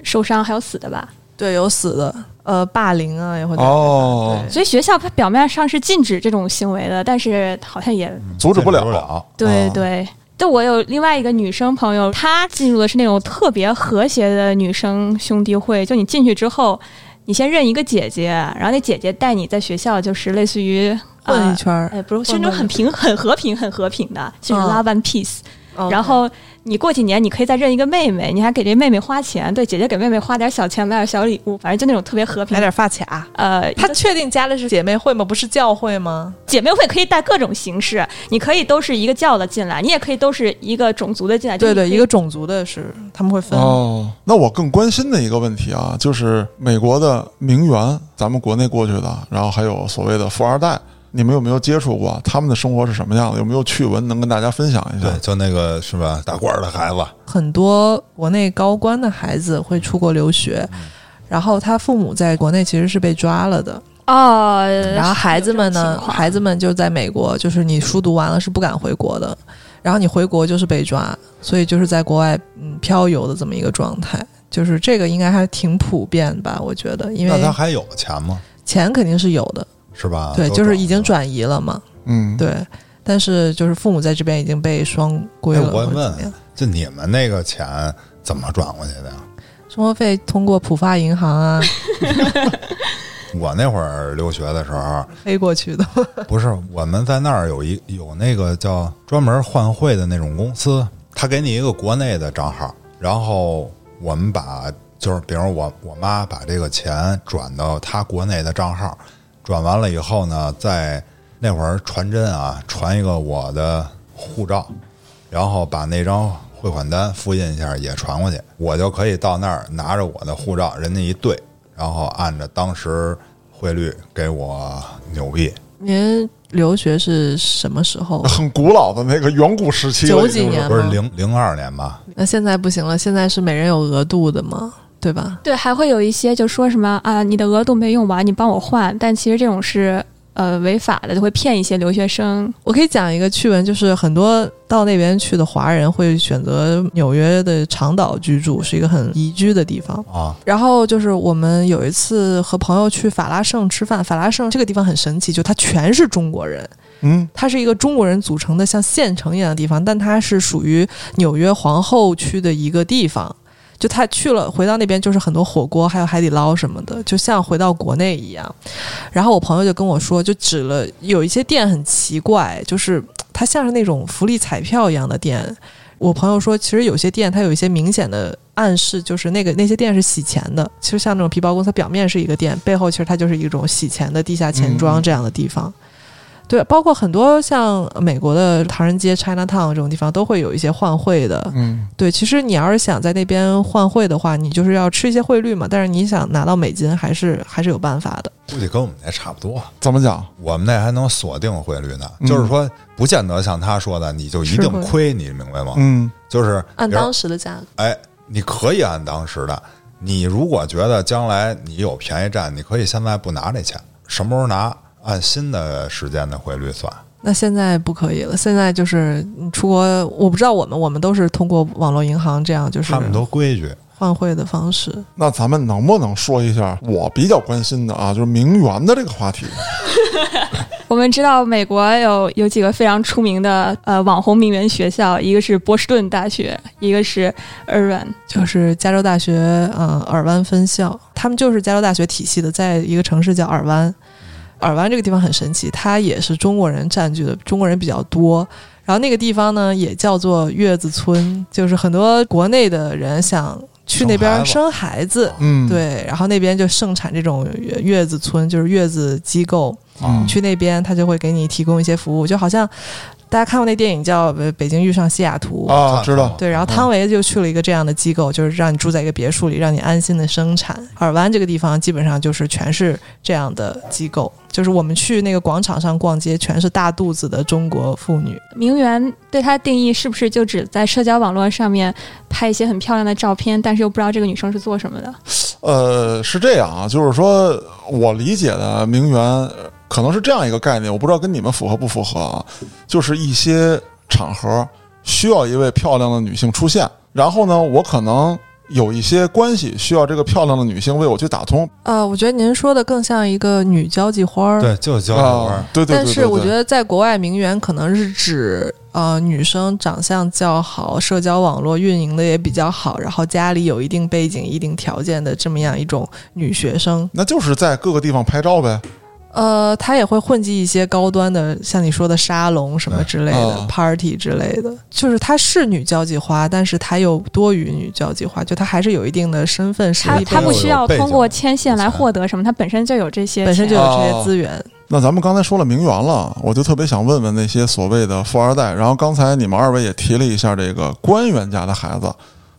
S1: 受伤，还有死的吧。
S4: 对，有死的，呃，霸凌啊也会。
S3: 哦，
S4: 对
S1: 所以学校它表面上是禁止这种行为的，但是好像也
S3: 阻止不
S2: 禁
S3: 了，
S1: 对
S3: 哦
S1: 对。但我有另外一个女生朋友，她进入的是那种特别和谐的女生兄弟会，就你进去之后，你先认一个姐姐，然后那姐姐带你在学校就是类似于
S4: 混一
S1: 呃
S4: 圈儿，
S1: 哎，不是，是
S4: 混
S1: 那种
S4: 混
S1: 很平、很和平、很和平的，就是 love and peace。
S4: 嗯
S1: 然后你过几年，你可以再认一个妹妹，你还给这妹妹花钱，对姐姐给妹妹花点小钱，买点小礼物，反正就那种特别和平
S4: 买。点发卡。
S1: 呃，
S4: 他确定加的是姐妹会吗？不是教会吗？
S1: 姐妹会可以带各种形式，你可以都是一个教的进来，你也可以都是一个种族的进来。就
S4: 对
S1: 是
S4: 对，
S1: 你
S4: 一
S1: 可以
S4: 个种族的是他们会分。
S3: 哦，那我更关心的一个问题啊，就是美国的名媛，咱们国内过去的，然后还有所谓的富二代，你们有没有接触过？他们的生活是什么样的？有没有趣闻能跟大家分享一下
S2: 对，？就那个是吧？大官儿的孩子，
S4: 很多国内高官的孩子会出国留学。然后他父母在国内其实是被抓了的，
S1: 哦，
S4: 然后孩子们
S1: 有这
S4: 呢，
S1: 种情况
S4: 孩子们就在美国，就是你书读完了是不敢回国的，然后你回国就是被抓，所以就是在国外嗯漂游的这么一个状态，就是这个应该还挺普遍吧，我觉得，因
S2: 那他
S4: 为
S2: 还有钱吗？
S4: 钱肯定是有的，
S2: 是吧？
S4: 对，
S2: 都
S4: 就是
S2: 懂
S4: 已经
S2: 了。
S4: 转移了嘛，
S3: 嗯，，
S4: 对，但是就是父母在这边已经被双规
S2: 哎
S4: 了，
S2: 我
S4: 或者
S2: 问
S4: 怎么样
S2: 就你们那个钱怎么转过去的呀？
S4: 生活费通过浦发银行啊
S2: 我那会儿留学的时候，
S4: 飞过去的，
S2: 不是，我们在那儿有一有那个叫专门换汇的那种公司，他给你一个国内的账号，然后我们把就是比如我我妈把这个钱转到她国内的账号，转完了以后呢，在那会儿传真啊，传一个我的护照，然后把那张汇款单复印一下也传过去，我就可以到那儿拿着我的护照，人家一对，然后按照当时汇率给我纽币。
S4: 您留学是什么时 候？
S3: 很古老的那个远古时期了，
S4: 九
S3: 已经
S4: 几年
S2: 不是
S4: 吗
S2: 零零二年吧？
S4: 那现在不行了，现在是每人有额度的嘛，对吧？
S1: 对，还会有一些就说什么啊，你的额度没用完，你帮我换，但其实这种是呃违法的，就会骗一些留学生。
S4: 我可以讲一个趣闻，就是很多到那边去的华人会选择纽约的长岛居住，是一个很宜居的地方。
S2: 啊，
S4: 然后就是我们有一次和朋友去法拉盛吃饭，法拉盛这个地方很神奇，就它全是中国人，
S3: 嗯，
S4: 它是一个中国人组成的像县城一样的地方，但它是属于纽约皇后区的一个地方。就他去了，回到那边就是很多火锅，还有海底捞什么的，就像回到国内一样。然后我朋友就跟我说，就指了有一些店很奇怪，就是它像是那种福利彩票一样的店。我朋友说，其实有些店它有一些明显的暗示，就是那个那些店是洗钱的。其实像那种皮包公司，它表面是一个店，背后其实它就是一种洗钱的地下钱庄这样的地方。对，包括很多像美国的唐人街 China Town 这种地方，都会有一些换汇的。
S3: 嗯，
S4: 对，其实你要是想在那边换汇的话，你就是要吃一些汇率嘛。但是你想拿到美金，还是还是有办法的。
S2: 估计跟我们那差不多。
S3: 怎么讲？
S2: 我们那还能锁定汇率呢，
S3: 嗯
S2: 就是说不见得像他说的，你就一
S4: 是
S2: 定
S4: 会
S2: 亏，你明白吗？
S3: 嗯，
S2: 就是
S4: 按
S2: 比如
S4: 当时的价格，
S2: 哎，你可以按当时的，你如果觉得将来你有便宜占，你可以现在不拿这钱，什么时候拿按新的时间的汇率算。
S4: 那现在不可以了。现在就是你出国，我不知道我们我们都是通过网络银行这样，就是
S3: 啊
S2: 他们都规矩，
S4: 换汇的方式。
S3: 那咱们能不能说一下我比较关心的啊，就是名媛的这个话题？
S1: 我们知道美国有有几个非常出名的呃网红名媛学校，一个是波士顿大学，一个是 Irvine。
S4: 就是加州大学呃尔湾分校，他们就是加州大学体系的，在一个城市叫尔湾。尔湾这个地方很神奇，它也是中国人占据的，中国人比较多。然后那个地方呢，也叫做月子村，就是很多国内的人想去那边生
S2: 生
S4: 孩子，
S3: 嗯，
S4: 对，然后那边就盛产这种月月子村，就是月子机构。
S2: 啊
S3: 嗯
S4: 你去那边，他就会给你提供一些服务，就好像大家看过那电影叫《呃北京遇上西雅图》
S3: 啊，知道，
S4: 对，然后汤唯就去了一个这样的机构，就是让你住在一个别墅里，让你安心的生产。尔湾这个地方基本上就是全是这样的机构，就是我们去那个广场上逛街，全是大肚子的中国妇女。
S1: 名媛对她的定义是不是就只在社交网络上面拍一些很漂亮的照片，但是又不知道这个女生是做什么的？
S3: 呃，是这样啊，就是说我理解的名媛呃可能是这样一个概念，我不知道跟你们符合不符合啊，就是一些场合需要一位漂亮的女性出现，然后呢，我可能有一些关系需要这个漂亮的女性为我去打通
S4: 呃，我觉得您说的更像一个女交际花儿。
S2: 对，就交流
S3: 啊
S2: 玩，
S3: 对对对对对，
S4: 但是我觉得在国外名媛可能是指呃女生长相较好，社交网络运营的也比较好，然后家里有一定背景、一定条件的这么样一种女学生。
S3: 那就是在各个地方拍照呗，
S4: 呃，它也会混迹一些高端的，像你说的沙龙什么之类的、
S3: 嗯
S4: party 之类的，就是它是女交际花，但是它又多于女交际花，就它还是有一定的身份实
S1: 她
S4: 力背景，
S1: 她不需要
S2: 有背景
S1: 通过牵线来获得什么，她本身就有这些钱，
S4: 本身就有这些
S3: 哦
S4: 资源。
S3: 那咱们刚才说了名媛了，我就特别想问问那些所谓的富二代。然后刚才你们二位也提了一下这个官员家的孩子，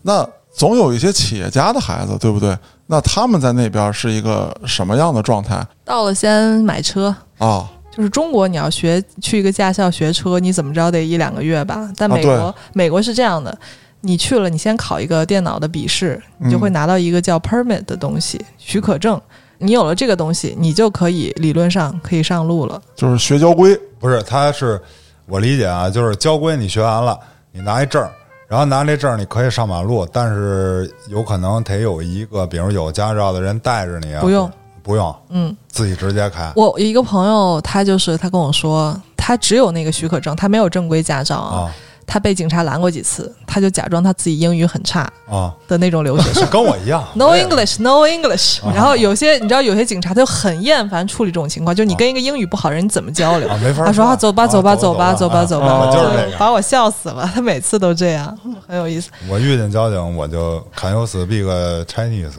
S3: 那总有一些企业家的孩子，对不对？那他们在那边是一个什么样的状态
S4: 到了先买车。
S3: 啊？
S4: 就是中国，你要学去一个驾校学车，你怎么着得一两个月吧？但
S3: 啊
S4: 美国，
S3: 对
S4: 美国是这样的，你去了，你先考一个电脑的笔试，你就会拿到一个叫 permit 的东西，许可证。你有了这个东西，你就可以理论上可以上路了。
S3: 就是学交规
S2: 不是，他是我理解啊，就是交规你学完了，你拿一证儿，然后拿这证儿你可以上马路，但是有可能得有一个，比如有驾照的人带着你啊，
S4: 不用，
S2: 不用，
S4: 嗯，
S2: 自己直接开。
S4: 我有一个朋友，他就是他跟我说，他只有那个许可证，他没有正规驾照啊。
S2: 啊
S4: 他被警察拦过几次，他就假装他自己英语很差
S2: 啊，
S4: 的那种 留学生
S2: 是跟我一样
S4: ，No English, No English。
S2: 啊
S4: 然后有些你知道，有些警察他就很厌烦处理这种情况，就是你跟一个英语不好的人你怎么交流
S2: 啊，？哦没法说。
S4: 他说啊，走吧，
S2: 啊走
S4: 走吧，走吧，走吧，
S2: 啊
S4: 走
S2: 啊
S4: 吧，
S2: 我就是这个。
S4: 把我笑死了。他每次都这样，很有意思。
S2: 我遇见交警，我就 Can you speak Chinese？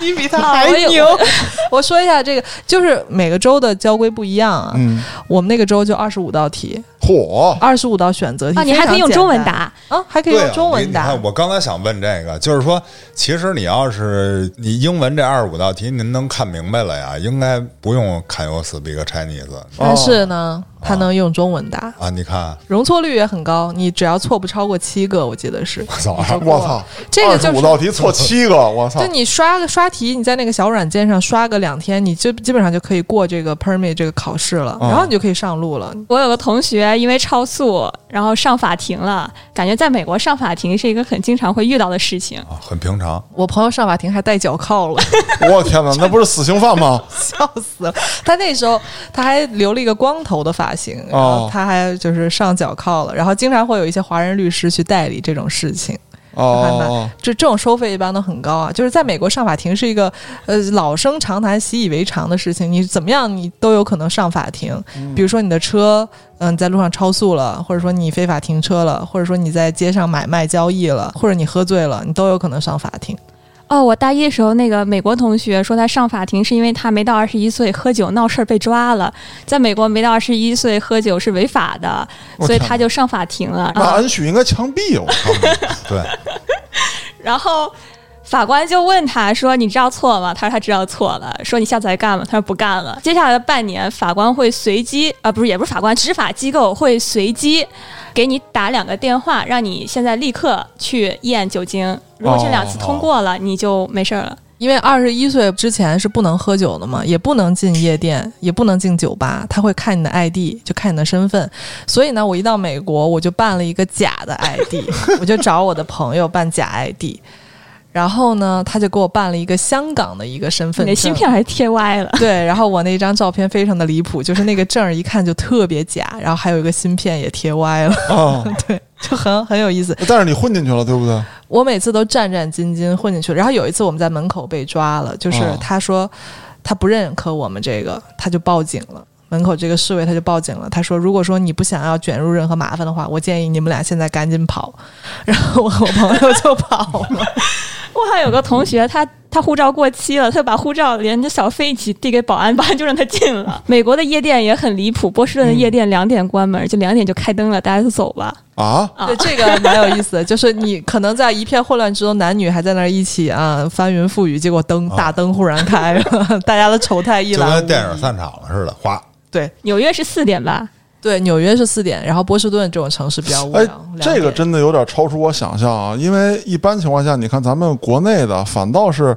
S4: 你比他
S1: 还牛！
S4: 我说一下这个，就是每个州的交规不一样啊。
S3: 嗯，
S4: 我们那个州就二十五道题，
S3: 火
S4: 二十五道选择题
S1: 啊，你还可以用中文
S4: 非
S1: 答，
S4: 常简单啊，还可以
S2: 对啊
S4: 用中
S2: 你
S4: 文
S2: 你
S4: 答
S2: 看，。我刚才想问这个，就是说，其实你要是你英文这二十五道题您能看明白了呀，应该不用 Can you speak Chinese
S4: 但是呢，他能用中文答，
S2: 啊？你看，
S4: 容错率也很高。你只要错不超过七个，我记得是。
S2: 我操，
S3: 哎我操，
S4: 这个
S3: 二
S4: 就
S3: 十
S4: 是
S3: 五道题错七个，我操
S4: 就！你刷个刷题，你在那个小软件上刷个两天，你就基本上就可以过这个 permit 这个考试了，
S3: 嗯
S4: 然后你就可以上路了。
S1: 我有个同学因为超速，然后上法庭了。感觉在美国上法庭是一个很经常会遇到的事情。
S2: 啊，很平 常。
S4: 我朋友上法庭还戴脚铐了，,
S3: 我天哪，那不是死刑犯吗？
S4: 笑死了。他那时候他还留了一个光头的发型，然后他还就是上脚铐了，然后经常会有一些华人律师去代理这种事情。
S3: 哦，
S4: 这这种收费一般都很高啊，就是在美国上法庭是一个呃老生常谈、习以为常的事情，你怎么样你都有可能上法庭。比如说你的车，嗯、你在路上超速了，或者说你非法停车了，或者说你在街上买卖交易了，或者你喝醉了，你都有可能上法庭。
S1: 哦，我大一的时候，那个美国同学说他上法庭是因为他没到二十一岁喝酒闹事儿被抓了，在美国没到二十一岁喝酒是违法的，
S3: 我
S1: 所以
S3: 天
S1: 他就上法庭了。
S3: 那
S1: 啊
S3: 安许应该枪毙我操！
S2: 对，
S1: 然后法官就问他说：“你知道错吗？”他说：“他知道错了。”说：“你下次还干吗？”他说：“不干了。”接下来的半年，法官会随机啊、不是也不是法官，执法机构会随机给你打两个电
S3: 哦
S1: 话，让你现在立刻去验酒精。如果这两次通过了，你就没事儿了。
S4: 因为二十一岁之前是不能喝酒的嘛，也不能进夜店，也不能进酒吧，他会看你的 ID，就看你的身份。所以呢，我一到美国，我就办了一个假的 ID，我 就找我的朋友办假 ID，然后呢，他就给我办了一个香港的一个身份
S1: 你的
S4: 证。
S1: 芯片还贴歪了。
S4: 对，然后我那张照片非常的离谱，就是那个证儿一看就特别假，然后还有一个芯片也贴歪了，
S3: 啊，
S4: 对，就很很有意思。
S3: 但是你混进去了，对不对？
S4: 我每次都战战兢兢混进去。然后有一次我们在门口被抓了，就是
S3: 哦
S4: 他说他不认可我们这个，他就报警了。门口这个侍卫他就报警了，他说：“如果说你不想要卷入任何麻烦的话，我建议你们俩现在赶紧跑。”然后我我朋友就跑了。
S1: 我还有个同学，他他护照过期了，他就把护照连着小飞一起递给保安，保安就让他进 了。美国的夜店也很离谱，波士顿的夜店两点关门，就两点就开灯了，大家都走吧。
S3: 啊，
S1: 啊
S4: 对，这个蛮有意思的，就是你可能在一片混乱之中，男女还在那儿一起啊翻云覆雨，结果灯
S3: 哦
S4: 大灯忽然开了，大家的愁态一
S2: 就
S4: 览无
S2: 跟
S4: 遗。
S2: 电影散场了似的，哗，
S4: 对
S1: 纽约是四点吧？
S4: 对，纽约是四点，然后波士顿这种城市比较无聊。
S3: 哎
S4: 两，
S3: 这个
S4: 点
S3: 真的有点超出我想象啊！因为一般情况下，你看咱们国内的反倒是，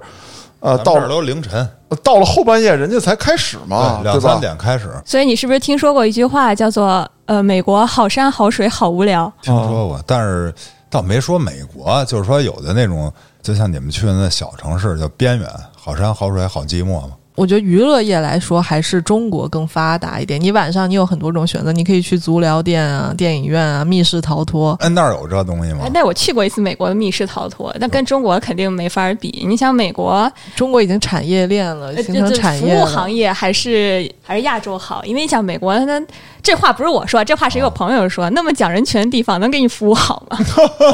S3: 呃，
S2: 咱们
S3: 到
S2: 这儿都凌晨
S3: 到了后半夜，人家才开始嘛，
S2: 对两
S3: 啊
S2: 三
S3: 对吧？啊
S2: 点开始，
S1: 所以你是不是听说过一句话叫做“呃，美国好山好水好无
S4: 啊
S1: 聊
S2: 听说过，但是倒没说美国，就是说有的那种，就像你们去的那小城市，叫边缘，好山好水好寂寞嘛。
S4: 我觉得娱乐业来说，还是中国更发达一点。你晚上你有很多种选择，你可以去足疗店啊、电影院啊、密室逃脱。
S2: 哎，那儿有这东西”？吗
S1: 哎，？那我去过一次美国的密室逃脱，那跟中国肯定没法比。你想，美国
S4: 中国已经产业链了，
S1: 呃
S4: 形
S1: 这
S4: 成
S1: 这
S4: 产
S1: 服
S4: 业
S1: 务
S4: 了。
S1: 行业还是还是亚洲好，因为你想美国，那这话不是我说，这话
S4: 啊
S1: 是一个朋友说，那么讲人权的地方能给你服务好吗？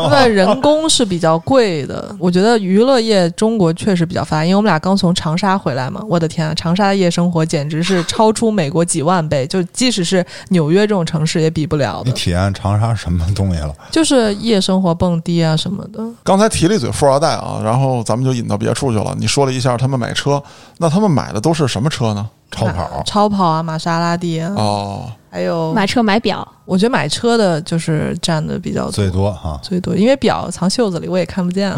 S4: 那人工是比较贵的。我觉得娱乐业中国确实比较发达，因为我们俩刚从长沙回来嘛，我的天啊，长沙的夜生活简直是超出美国几万倍，就即使是纽约这种城市也比不了
S2: 你
S4: 的，
S2: 体验长沙什么东西了？
S4: 就是夜生活、蹦迪啊什么的。
S3: 刚才提了一嘴富二代啊，然后咱们就引到别处去了。你说了一下他们买车，那他们买的都是什么车呢？
S2: 超
S4: 啊
S2: 跑，
S4: 超跑啊，玛莎拉蒂啊，
S3: 哦，
S4: 还有
S1: 买车买表，
S4: 我觉得买车的就是占的比较
S2: 最多啊哈、
S4: 最多，因为表藏袖子里，我也看不见 了。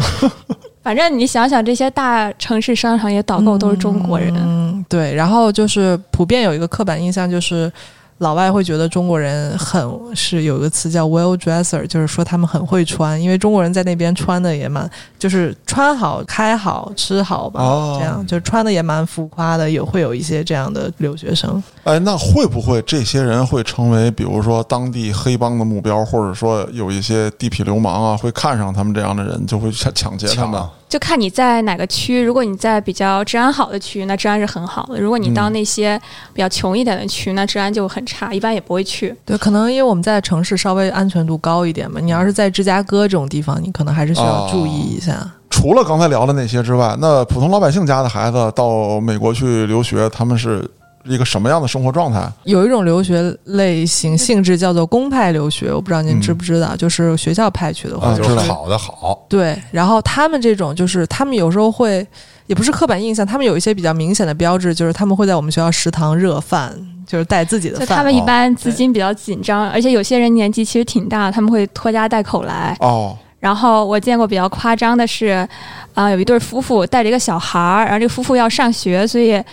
S1: 反正你想想，这些大城市商场也导购都是中国人，
S4: 嗯，对。然后就是普遍有一个刻板印象，就是老外会觉得中国人很是有一个词叫 well dresser，就是说他们很会穿，因为中国人在那边穿的也蛮，就是穿好、开好、吃好吧，
S3: 哦
S4: 这样就穿的也蛮浮夸的，有会有一些这样的留学生。
S3: 哎，那会不会这些人会成为，比如说当地黑帮的目标，或者说有一些地痞流氓啊，会看上他们这样的人，就会去抢劫他
S2: 抢
S3: 们？
S2: 啊
S1: 就看你在哪个区。如果你在比较治安好的区，那治安是很好的；如果你
S4: 嗯
S1: 到那些比较穷一点的区，那治安就很差，一般也不会去。
S4: 对，可能因为我们在城市稍微安全度高一点嘛，你要是在芝加哥这种地方，你可能还是需
S2: 哦
S4: 要注意一下。
S3: 除了刚才聊的那些之外，那普通老百姓家的孩子到美国去留学，他们是一个什么样的生活状态？
S4: 有一种留学类型性质叫做公派留学，我不知道您
S3: 嗯
S4: 知不知道，就是学校派去的，或
S3: 啊
S4: 者
S2: 就是
S3: 知道
S2: 好的好，
S4: 对，然后他们这种就是他们有时候会，也不是刻板印象，他们有一些比较明显的标志，就是他们会在我们学校食堂热饭，就是带自己的
S1: 就
S4: 饭。
S1: 他们一
S3: 哦
S1: 般资金比较紧张，而且有些人年纪其实挺大，他们会拖家带口来。
S3: 哦，
S1: 然后我见过比较夸张的是，啊、有一对夫妇带着一个小孩儿，然后这个夫妇要上学，所以，啊、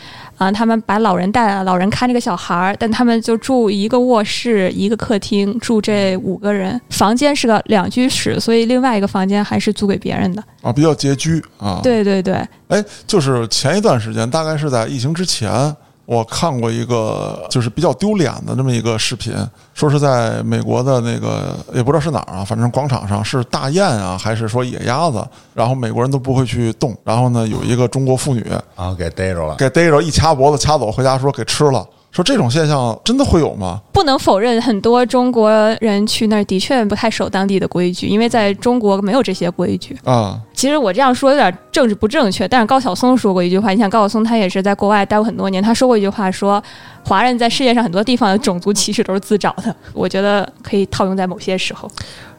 S1: 他们把老人带来了，老人看这个小孩儿，但他们就住一个卧室、一个客厅，住这五个人，房间是个两居室，所以另外一个房间还是租给别人的。
S3: 啊，比较拮据啊。，
S1: 对对对，
S3: 哎，就是前一段时间，大概是在疫情之前，我看过一个就是比较丢脸的这么一个视频，说是在美国的那个也不知道是哪儿啊，反正广场上是大雁啊，还是说野鸭子，然后美国人都不会去动，然后呢，有一个中国妇女
S2: 然啊后给逮着了。
S3: 给逮着一掐脖子掐走，回家说给吃了。说这种现象真的会有吗？
S1: 不能否认，很多中国人去那儿的确不太守当地的规矩，因为在中国没有这些规矩。
S3: 啊、
S1: 其实我这样说有点政治不正确，但是高晓松说过一句话，你想高晓松他也是在国外待过很多年，他说过一句话说，华人在世界上很多地方的种族歧视都是自找的，我觉得可以套用在某些时候。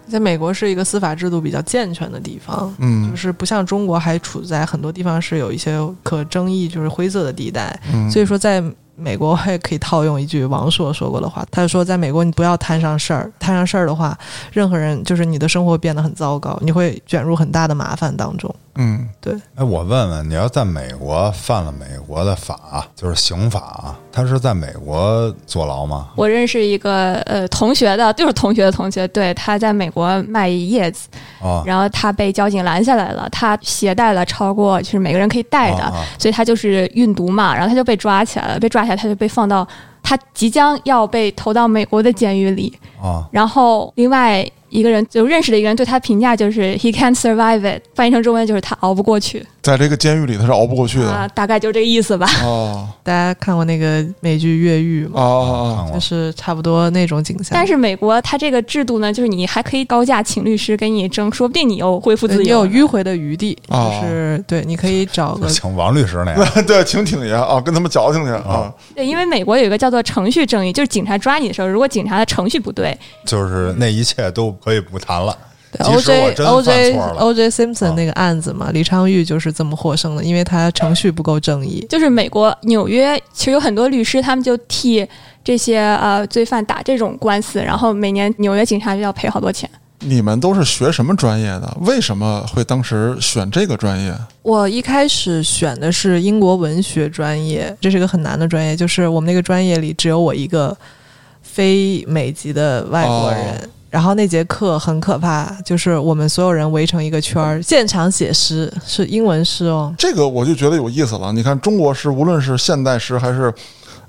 S4: 在美国是一个司法制度比较健全的地方，
S3: 嗯
S4: 就，是不像中国还处在很多地方是有一些可争议，就是灰色的地带。
S3: 嗯
S4: 所以说，在美国我也可以套用一句王朔说过的话，他就说，在美国你不要摊上事儿，摊上事儿的话，任何人就是你的生活变得很糟糕，你会卷入很大的麻烦当中。
S3: 嗯，
S4: 对，
S2: 哎，我问问，你要在美国犯了美国的法，就是刑法啊，他是在美国坐牢吗？
S1: 我认识一个呃同学的，就是同学的同学，对，他在美国卖叶子，
S2: 啊，
S1: 然后他被交警拦下来了，他携带了超过就是每个人可以带的，
S2: 啊啊
S1: 所以他就是运毒嘛，然后他就被抓起来了，被抓起来他就被放到他即将要被投到美国的监狱里，
S2: 啊
S1: 然后另外一个人就认识的一个人对他评价就是 he can't survive it，翻译成中文就是他熬不过去
S3: 在这个监狱里他是熬不过去的
S1: 啊，大概就这个意思吧。
S3: 哦
S4: 大家看过那个美剧《越狱》
S3: 啊
S4: 吗？
S3: 啊 啊！
S2: 看过
S4: 就是差不多那种景象，
S1: 但是美国它这个制度呢，就是你还可以高价请律师跟你争，说不定你又恢复
S4: 对
S1: 自
S4: 你
S1: 由
S4: 有。迂回的余地，
S3: 哦
S4: 就是对，你可以找
S2: 就
S4: 个
S2: 请王律师那样。
S3: 那对，请挺爷啊，跟他们矫情去啊
S2: 啊
S1: 对，因为美国有一个叫做程序正义，就是警察抓你的时候，如果警察的程序不对，
S2: 就是那一切都可以不谈了。
S4: 对
S2: 即使我
S4: OJ
S2: 真犯错了，
S4: OJ OJ Simpson
S2: 啊
S4: 那个案子嘛，李昌钰就是这么获胜的，因为他程序不够正义。
S1: 就是美国纽约其实有很多律师，他们就替这些呃罪犯打这种官司，然后每年纽约警察就要赔好多钱。
S3: 你们都是学什么专业的？为什么会当时选这个专业？
S4: 我一开始选的是英国文学专业，这是个很难的专业，就是我们那个专业里只有我一个非美籍的外国人。
S2: 哦
S4: 然后那节课很可怕，就是我们所有人围成一个圈儿，现场写诗，是英文诗哦。
S3: 这个我就觉得有意思了。你看，中国诗无论是现代诗还是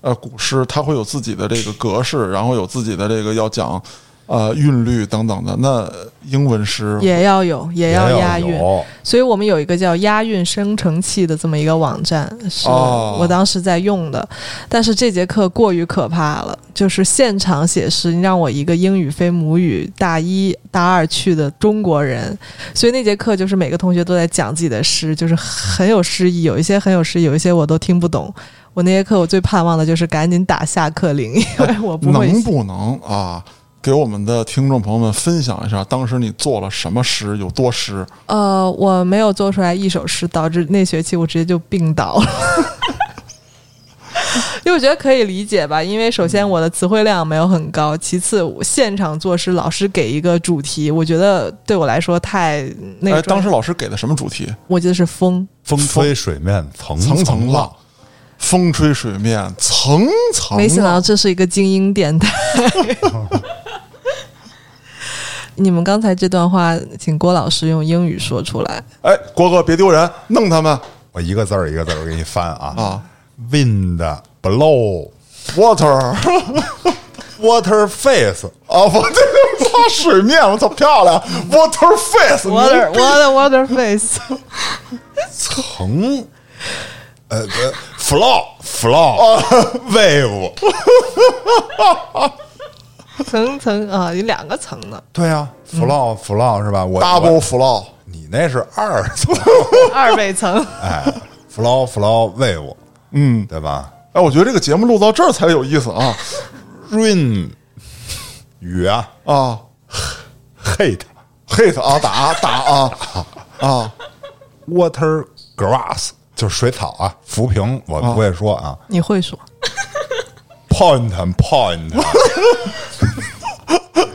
S3: 呃古诗，它会有自己的这个格式，然后有自己的这个要讲呃韵律等等的。那英文诗
S4: 也要有，也要
S2: 也
S4: 押韵，
S2: 有
S4: 所以我们有一个叫押韵生成器的这么一个网站，是
S3: 哦
S4: 我当时在用的。但是这节课过于可怕了，就是现场写诗，你让我一个英语非母语、大一大二去的中国人，所以那节课就是每个同学都在讲自己的诗，就是很有诗意，有一些很有诗意，有一些我都听不懂。我那节课我最盼望的就是赶紧打下课铃，因为我不会
S3: 能
S4: 写
S3: 不能啊？给我们的听众朋友们分享一下，当时你做了什么诗，有多诗？
S4: 呃，我没有做出来一首诗，导致那学期我直接就病倒了。 因为我觉得可以理解吧，因为首先我的词汇量没有很高，其次我现场作诗，老师给一个主题，我觉得对我来说太那个
S3: 哎，
S4: 专。
S3: 当时哦老师给的什么主题？
S4: 我记得是风，
S2: 风吹水面层
S3: 层层
S2: 嗯层
S3: 浪，，风吹水面层层浪。
S4: 没想啊到这是一个精英电台。 你们刚才这段话，请郭老师用英语说出来。
S3: 哎，郭哥别丢人，弄他们
S2: 我一个字儿一个字儿我给你翻啊
S3: 啊
S2: ！Wind blow
S3: ！Water。
S2: water face，
S3: 啊，我这个擦水面，我操，漂亮，water face，
S4: 我的我的 water face，
S2: 层嗯呃呃 flow flow wave，
S4: 层层啊，有两个层呢。
S2: 对呀，flow flow 是吧？我
S3: double
S2: 我
S3: flow，
S2: 你那是二层，
S4: 二倍层。
S2: 哎，flow flow wave，
S3: 嗯，
S2: 对吧
S3: 哎，我觉得这个节目录到这儿才有意思啊
S2: ？rain 雨啊
S3: 啊
S2: ，hate
S3: ，hit 啊，打打啊啊
S2: water grass 就是水草啊，浮萍我不会说啊。
S4: 你会说
S2: point and point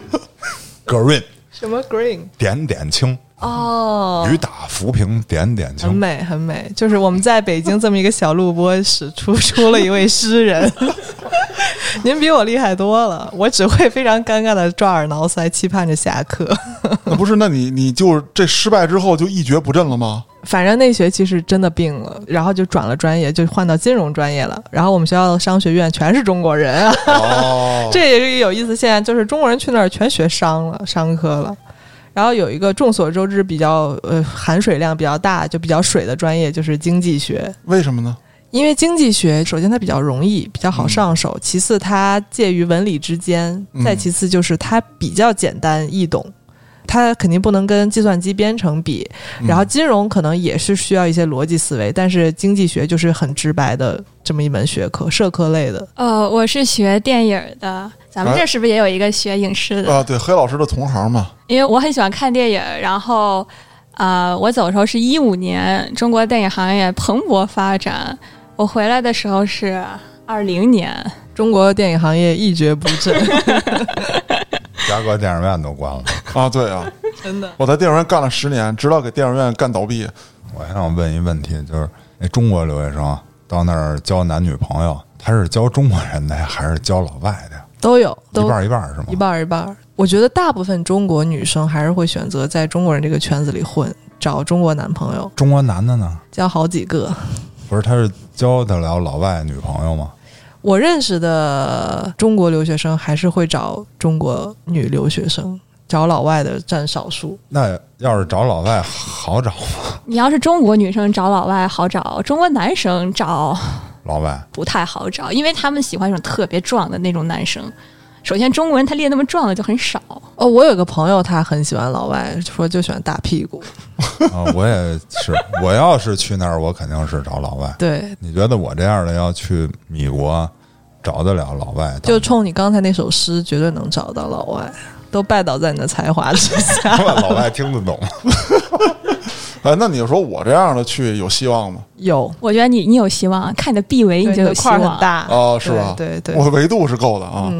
S2: green
S4: 什么 green？
S2: 点点青，
S4: 哦，嗯
S2: 雨打浮萍点点
S4: 很
S2: 青。
S4: 美很美，就是我们在北京这么一个小录播室出出了一位诗 人。您比我厉害多了，我只会非常尴尬的抓耳挠腮，期盼着下课。
S3: 那不是，那你你就这失败之后就一蹶不振了吗？
S4: 反正那学期是真的病了，然后就转了专业，就换到金融专业了。然后我们学校的商学院全是中国人啊，
S3: 哦，
S4: 这也是一个有意思。现在就是中国人去那儿全学商了，商科了。然后有一个众所周知比较呃含水量比较大，就比较水的专业就是经济学。
S3: 为什么呢？
S4: 因为经济学，首先它比较容易，比较好上手；其次，它介于文理之间；
S3: 嗯
S4: 再其次，就是它比较简单易懂。它肯定不能跟计算机编程比，然后金融可能也是需要一些逻辑思维，但是经济学就是很直白的这么一门学科，社科类的。
S1: 呃，我是学电影的，咱们
S3: 哎
S1: 这是不是也有一个学影视的？
S3: 啊，对，黑老师的同行嘛，
S1: 因为我很喜欢看电影，然后呃，我走的时候是一五年，中国电影行业蓬勃发展，我回来的时候是二零年，
S4: 中国电影行业一蹶不振，
S2: 嘉哥电影院都关了，
S3: 啊，对啊，
S4: 真的。
S3: 我在电影院干了十年，直到给电影院干倒闭。
S2: 我还想问一问题，就是那中国留学生到那儿交男女朋友，他是交中国人的呀，还是交老外的呀？
S4: 都有，都
S2: 一半儿一半儿是吗？
S4: 一半儿一半儿。我觉得大部分中国女生还是会选择在中国人这个圈子里混，找中国男朋友，
S2: 中国男的呢？
S4: 交好几个。
S2: 不是，他是交得了老外女朋友吗？
S4: 我认识的中国留学生还是会找中国女留学生，找老外的占少数。
S2: 那要是找老外好找吗？
S1: 你要是中国女生找老外好找，中国男生找
S2: 老 外
S1: 不太好找，因为他们喜欢那种特别壮的那种男生。首先，中国人他练那么壮的就很少。
S4: 哦，我有个朋友，他很喜欢老外，说就喜欢大屁股。
S2: 啊，我也是，我要是去那儿，我肯定是找老外。
S4: 对，
S2: 你觉得我这样的要去米国找得了老外？
S4: 就冲你刚才那首诗，绝对能找到老外，都拜倒在你的才华之 下。
S2: 老外听得懂吗？
S3: 哎，那你说我这样的去有希望吗？
S4: 有，
S1: 我觉得你你有希望，看你的臂围
S4: 对
S1: 你就
S4: 你的
S1: 有希
S4: 块儿
S1: 望
S4: 很。大
S3: 哦，是吧？
S4: 对对对嗯
S3: 我的维度是够的啊。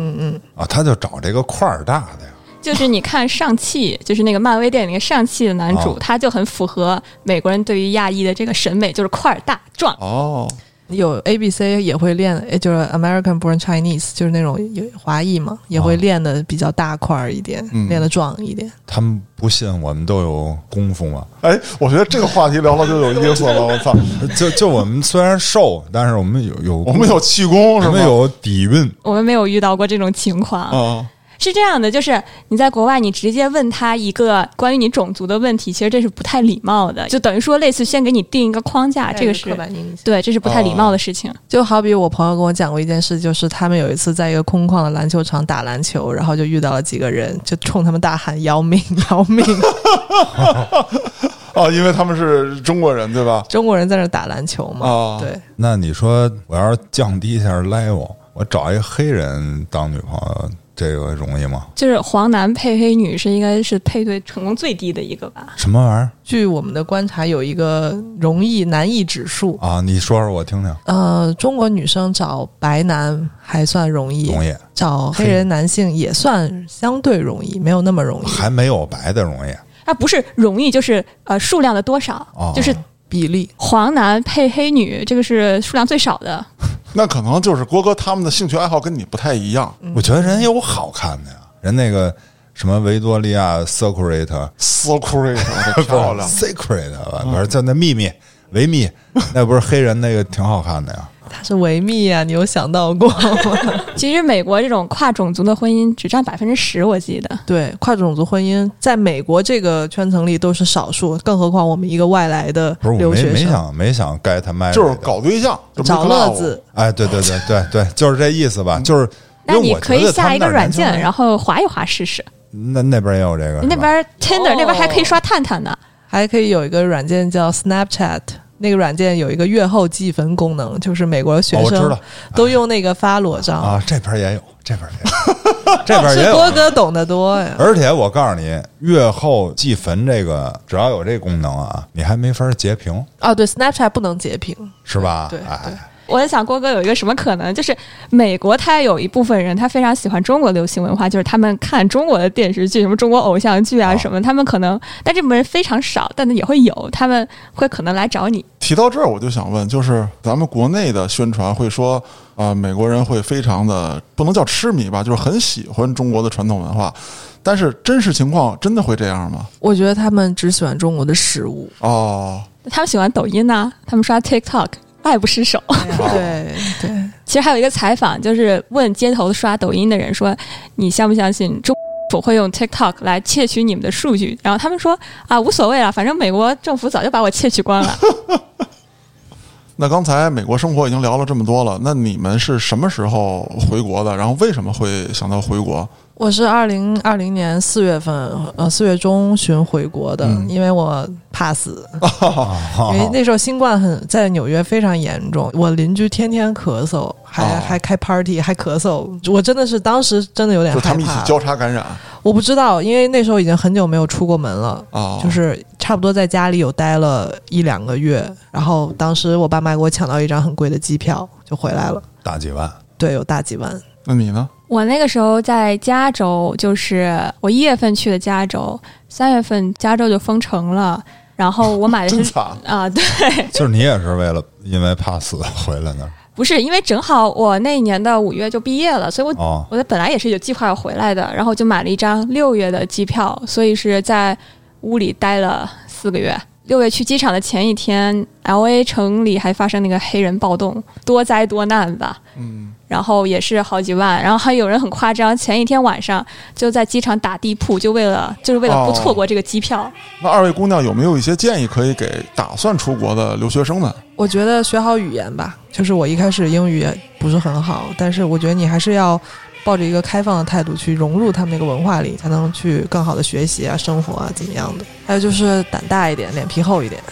S2: 啊，他就找这个块儿大的呀。
S1: 就是你看上汽，就是那个漫威电影那个上汽的男主，
S2: 哦
S1: 他就很符合美国人对于亚裔的这个审美，就是块儿大壮。
S3: 哦，
S4: 有 A B C 也会练，也就是 American Born Chinese，就是那种有华裔嘛，也会练的比较大块儿一点，
S3: 哦嗯
S4: 练的壮一点。
S2: 他们不信我们都有功夫吗？
S3: 哎，我觉得这个话题聊了就有意思了。我操，
S2: 就就我们虽然瘦，但是我们有有
S3: 我们有气功是
S2: 我
S3: 吗？
S2: 们有底蕴。
S1: 我们没有遇到过这种情况。
S3: 啊，
S1: 是这样的，就是你在国外，你直接问他一个关于你种族的问题，其实这是不太礼貌的，就等于说类似先给你定一个框架，这个是
S4: 刻板印象。
S1: 对，这是不太礼貌的事情。
S4: 就好比我朋友跟我讲过一件事，就是他们有一次在一个空旷的篮球场打篮球，然后就遇到了几个人，就冲他们大喊“姚明，姚明
S3: 哦，因为他们是中国人，对吧”。？
S4: 中国人在那打篮球嘛，
S3: 啊
S4: 对，
S2: 那你说我要是降低一下 level，我找一黑人当女朋友，这个容易吗？
S1: 就是黄男配黑女是应该是配对成功最低的一个吧？
S2: 什么玩意
S4: 据我们的观察，有一个容易难易指数。
S2: 儿啊？你说说我听听。
S4: 呃，中国女生找白男还算容易，
S2: 容易
S4: 找黑人男性也算相对容易，没有那么容易，
S2: 还没有白的容易
S1: 啊，不是容易，就是呃数量的多少，
S2: 哦
S1: 就是
S4: 比例
S1: 黄男配黑女，这个是数量最少的。
S3: 那可能就是郭哥他们的兴趣爱好跟你不太一样。
S4: 嗯
S1: 嗯
S2: 我觉得人有好看的呀，人那个什么维多利亚 Secret。
S3: so crazy，漂亮
S2: Secret 吧，
S1: 嗯
S2: 反正叫那秘密维密， 那不是黑人那个挺好看的呀。
S4: 它是维密啊，你有想到过吗？
S1: 其实美国这种跨种族的婚姻只占百分之十，我记得。
S4: 对，跨种族婚姻在美国这个圈层里都是少数，更何况我们一个外来的
S2: 不是我
S4: 留
S2: 没
S4: 学
S2: 没
S4: 生，
S2: 想没想 get my
S3: 就是搞对象，就
S4: 找
S3: make
S4: 乐
S3: love
S4: 子。
S2: 哎，对对对对对，就是这意思吧，就是。
S1: 嗯那你可以下一个软件，然
S2: 后
S1: 后划一划试试。
S2: 那那边也有这个，是吧
S1: 那边 Tinder、
S4: 哦
S1: 那边还可以刷探探呢。
S4: 还可以有一个软件叫 Snapchat。那个软件有一个月后计分功能，就是美国学
S2: 哦我知
S4: 生
S2: 道
S4: 都用那个发裸照。
S2: 啊，这边也有，这边也有，这边也
S4: 是郭
S2: 有。啊
S4: 哥懂得多呀，
S2: 而且我告诉你，月后计分这个，只要有这功能啊，你还没法截屏，
S4: 哦，对，Snapchat 不能截屏，
S2: 是吧？
S4: 对对
S2: 哎，
S1: 我在想，郭哥有一个什么可能？就是美国他有一部分人，他非常喜欢中国流行文化，就是他们看中国的电视剧，什么中国偶像剧啊
S2: 哦
S1: 什么，他们可能，但这部分人非常少，但也会有，他们会可能来找你。
S3: 提到这儿，我就想问，就是咱们国内的宣传会说，啊、美国人会非常的不能叫痴迷吧，就是很喜欢中国的传统文化，但是真实情况真的会这样吗？
S4: 我觉得他们只喜欢中国的食物。
S3: 哦，
S1: 他们喜欢抖音呐、他们刷 TikTok，爱不释手。
S4: 哎对对，
S1: 其实还有一个采访，就是问街头刷抖音的人说：“你相不相信中国政府会用 TikTok 来窃取你们的数据？”然后他们说：“啊，无所谓了，反正美国政府早就把我窃取光了。
S3: 那刚才美国生活已经聊了这么多了，那你们是什么时候回国的？然后为什么会想到回国？
S4: 我是二零二零年四月份，呃，四月中旬回国的，
S3: 嗯
S4: 因为我 怕死，因为
S2: 哦
S4: 那时候新冠很在纽约非常严重，我邻居天天咳嗽，还、
S3: 哦
S4: 还开 party，还咳嗽，我真的是当时真的有点
S3: 就
S4: 害怕。
S3: 他们一起交叉感染啊、
S4: 我不知道，因为那时候已经很久没有出过门了。
S3: 哦
S4: 就是差不多在家里有待了一两个月，然后当时我爸妈给我抢到一张很贵的机票就回来了，
S2: 大几万，
S4: 对，有大几万。
S3: 那你呢？”
S1: 我那个时候在加州，就是我一月份去的加州，三月份加州就封城了。然后我
S4: 哎
S1: 买的
S3: 真
S1: 是
S3: 惨
S1: 啊、对，
S2: 就是你也是为了因为怕死回来的
S1: 不是因为正好我那一年的五月就毕业了，所以我、
S2: 哦
S1: 我的本来也是有计划要回来的，然后就买了一张六月的机票，所以是在屋里待了四个月。六月去机场的前一天，L A 城里还发生那个黑人暴动，多灾多难吧。
S3: 嗯，
S1: 然后也是好几万，然后还有人很夸张，前一天晚上就在机场打地铺，就为了就是为了不错过这个机票。
S3: 那二位姑娘有没有一些建议可以给打算出国的留学生们？
S4: 我觉得学好语言吧，就是我一开始英语也不是很好，但是我觉得你还是要抱着一个开放的态度去融入他们那个文化里，才能去更好的学习啊、生活啊怎么样的。还有就是胆大一点，脸皮厚一点。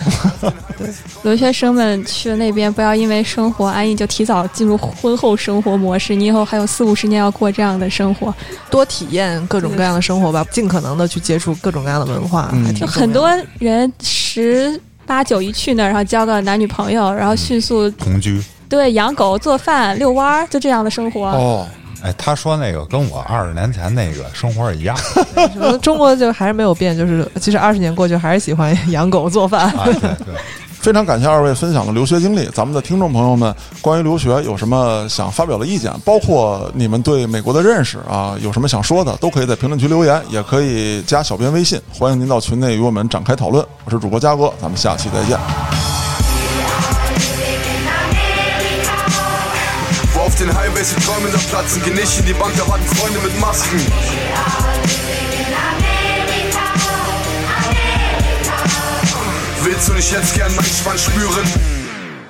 S1: 留学生们去那边，不要因为生活安逸就提早进入婚后生活模式。你以后还有四五十年要过这样的生活，
S4: 多体验各种各样的生活吧，尽可能的去接触各种各样的文化，
S3: 嗯
S4: 还
S1: 就
S4: 挺重要的
S1: 很多人十八九一去那儿，然后交个男女朋友，然后迅速
S2: 同居。
S1: 对养狗、做饭、遛弯儿，就这样的生活。
S3: 哦，
S2: 哎，他说那个跟我二十年前那个生活是一样的，
S4: 什么中国就还是没有变，就是其实二十年过去还是喜欢 养狗做饭。
S2: 哎、对对，
S3: 非常感谢二位分享的留学经历。咱们的听众朋友们，关于留学有什么想发表的意见，包括你们对美国的认识啊，有什么想说的，都可以在评论区留言，也可以加小编微信，欢迎您到群内与我们展开讨论。我是主播嘉哥，咱们下期再见。
S5: Wo auf den Highways die Träume noch platzen, genießen die Bank, da warten Freunde mit Masken. Willst du nicht jetzt gern meinen Schwanz spüren?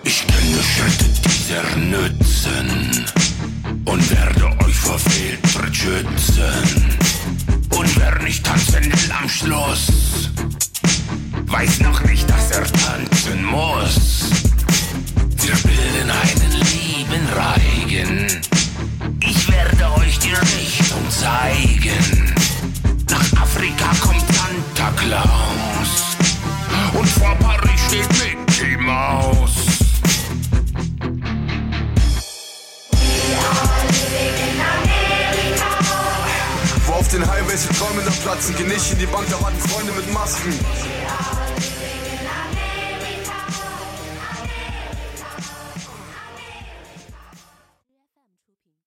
S6: Ich kenne Schritte dieser Nützen und werde euch vor Fehltritt schützen. Und wer nicht tanzen will am Schluss, weiß noch nicht, dass er tanzen muss. Wir bilden einen lieben Reigen. Ich werde euch die Richtung zeigen. Nach Afrika kommt Santa Claus. Und vor Paris steht Mickey Mouse.
S5: Wo auf den Highways die Träume noch platzen, genießen die Bank, da warten Freunde mit Masken.